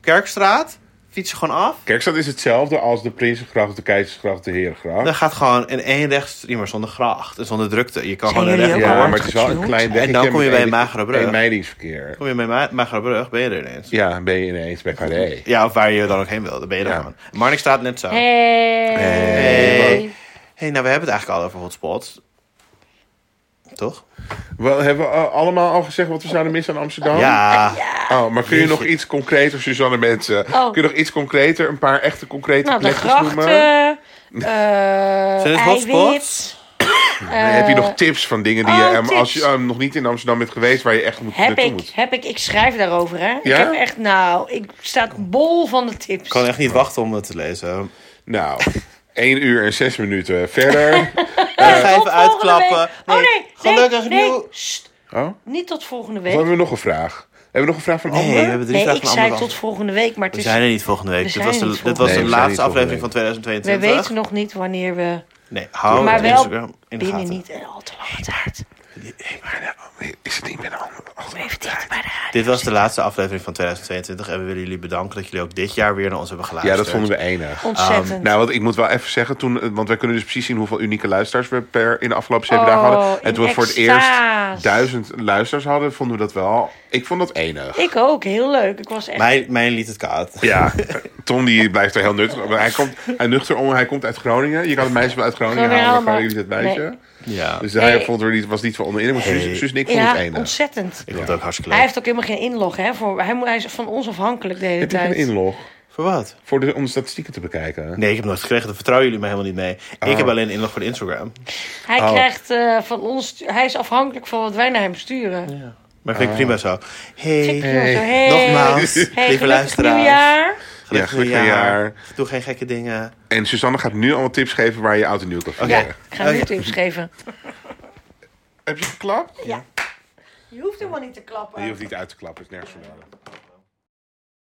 Kerkstraat, fiets je gewoon af.
Kerkstraat is hetzelfde als de Prinsengracht, de Keizersgracht, de Herengracht.
Dan gaat gewoon in één rechtsstreamer zonder gracht en zonder drukte. Je kan
Zijn
gewoon een
jullie
recht
ook
ja,
al
maar het is wel een
uitgesnoerd?
klein weggetje.
En dan kom je
met
bij
een-
Magere Brug.
een meidingsverkeer.
Kom je bij Ma- Magere Brug, ben je er ineens.
Ja, ben je ineens bij Carré.
Ja, of waar je dan ook heen wil, dan ben je er
Ja.
gewoon. Marnixstraat net zo.
Hey.
Hey. hey, nou we hebben het eigenlijk al over hotspots. Toch?
Wel, hebben we eh, allemaal al gezegd wat we zouden missen aan Amsterdam?
Eh,
Ja.
Oh, maar kun je nog iets concreter, Suzanne mensen?
Oh.
Kun je nog iets concreter, een paar echte concrete
Nou, de
plekjes
grachten.
noemen?
eh,
Zijn het
eiwit.
hotspots?
heb je nog tips van dingen die
Eh, oh,
je, eh, als je
tips.
eh, nog niet in Amsterdam bent geweest, waar je echt moet,
Heb
naartoe
ik,
moet?
heb ik, ik schrijf daarover, hè? Ik
Ja?
heb echt, nou, ik sta bol van de tips.
Ik kan echt niet wachten om het te
Eh,
lezen. Eh,
Nou, 1 uur en 6 minuten verder.
ik ga
Eh, Tot
even
volgende
uitklappen.
week. Oh nee,
Gelukkig
nee,
nieuw.
Nee, sst,
Oh? Of
niet tot volgende week.
hebben we nog een vraag? Hebben we nog een vraag van
Nee,
Amber?
Oh, we hebben drie
Nee,
vragen
ik
van
zei
Amber
tot
beantwoord.
volgende week, maar het
We
is,
zijn er niet volgende
We
week. Dit
zijn
was
er
de,
niet
dit
volgende
was
week.
de
Nee, we zijn
laatste
niet
aflevering
volgende
van 2022.
we weten nog niet wanneer we
Nee, hou
Maar
het
wel
Instagram in de
binnen
gaten.
niet een al te lange tijd.
Is het niet meer een andere?
Dit was de laatste aflevering van 2022. En we willen jullie bedanken dat jullie ook dit jaar weer naar ons hebben geluisterd.
Oh, Ja, dat vonden we enig.
Ontzettend.
Ah,
Nou, want ik moet wel even zeggen, toen, eh, want wij kunnen dus precies zien hoeveel unieke luisteraars we per in de afgelopen zeven
Oh,
dagen hadden. En
in
toen we voor het
extase.
eerst duizend luisteraars hadden, vonden we dat wel. Ik vond dat enig.
ik ook, heel leuk. Ik was echt...
Mijn, mijn liet het koud.
Ja, Tom die blijft er heel nuttig. Maar Hij komt hij nuchter om, hij komt uit Groningen. Je kan het meisje wel uit Groningen
Groningen
halen, maar
halen,
jullie het
maar-
meisje.
Ja.
Dus hij
Hey.
vond er niet, was niet van onderin, maar Suus Suus en ik vonden
ja,
het enig.
ontzettend.
ik vond het ook hartstikke
Hij
leuk.
heeft ook helemaal geen inlog, hè? Voor, hij, moet, hij is van ons afhankelijk de hele
Heb je
tijd.
een inlog
Voor wat?
voor de, om de statistieken te bekijken?
Nee, ik heb nooit gekregen. Daar vertrouwen jullie me helemaal niet mee. Ik heb alleen inlog voor de Instagram.
Hij
Oh.
krijgt eh, van ons, hij is afhankelijk van wat wij naar hem sturen.
Maar vind ik prima zo. Hey,
Hey.
nogmaals,
hey,
lieve
gelukkig
luisteraars.
nieuwjaar.
gelukkig
Ja, gelukkig nieuwjaar.
Doe geen gekke dingen.
En Susanne gaat nu allemaal tips geven waar je oud en nieuw kan vieren.
Ik ga nu
Oké.
tips geven.
Heb je geklapt?
Je hoeft helemaal niet te klappen.
Je hoeft niet uit te klappen, is nergens voor nodig.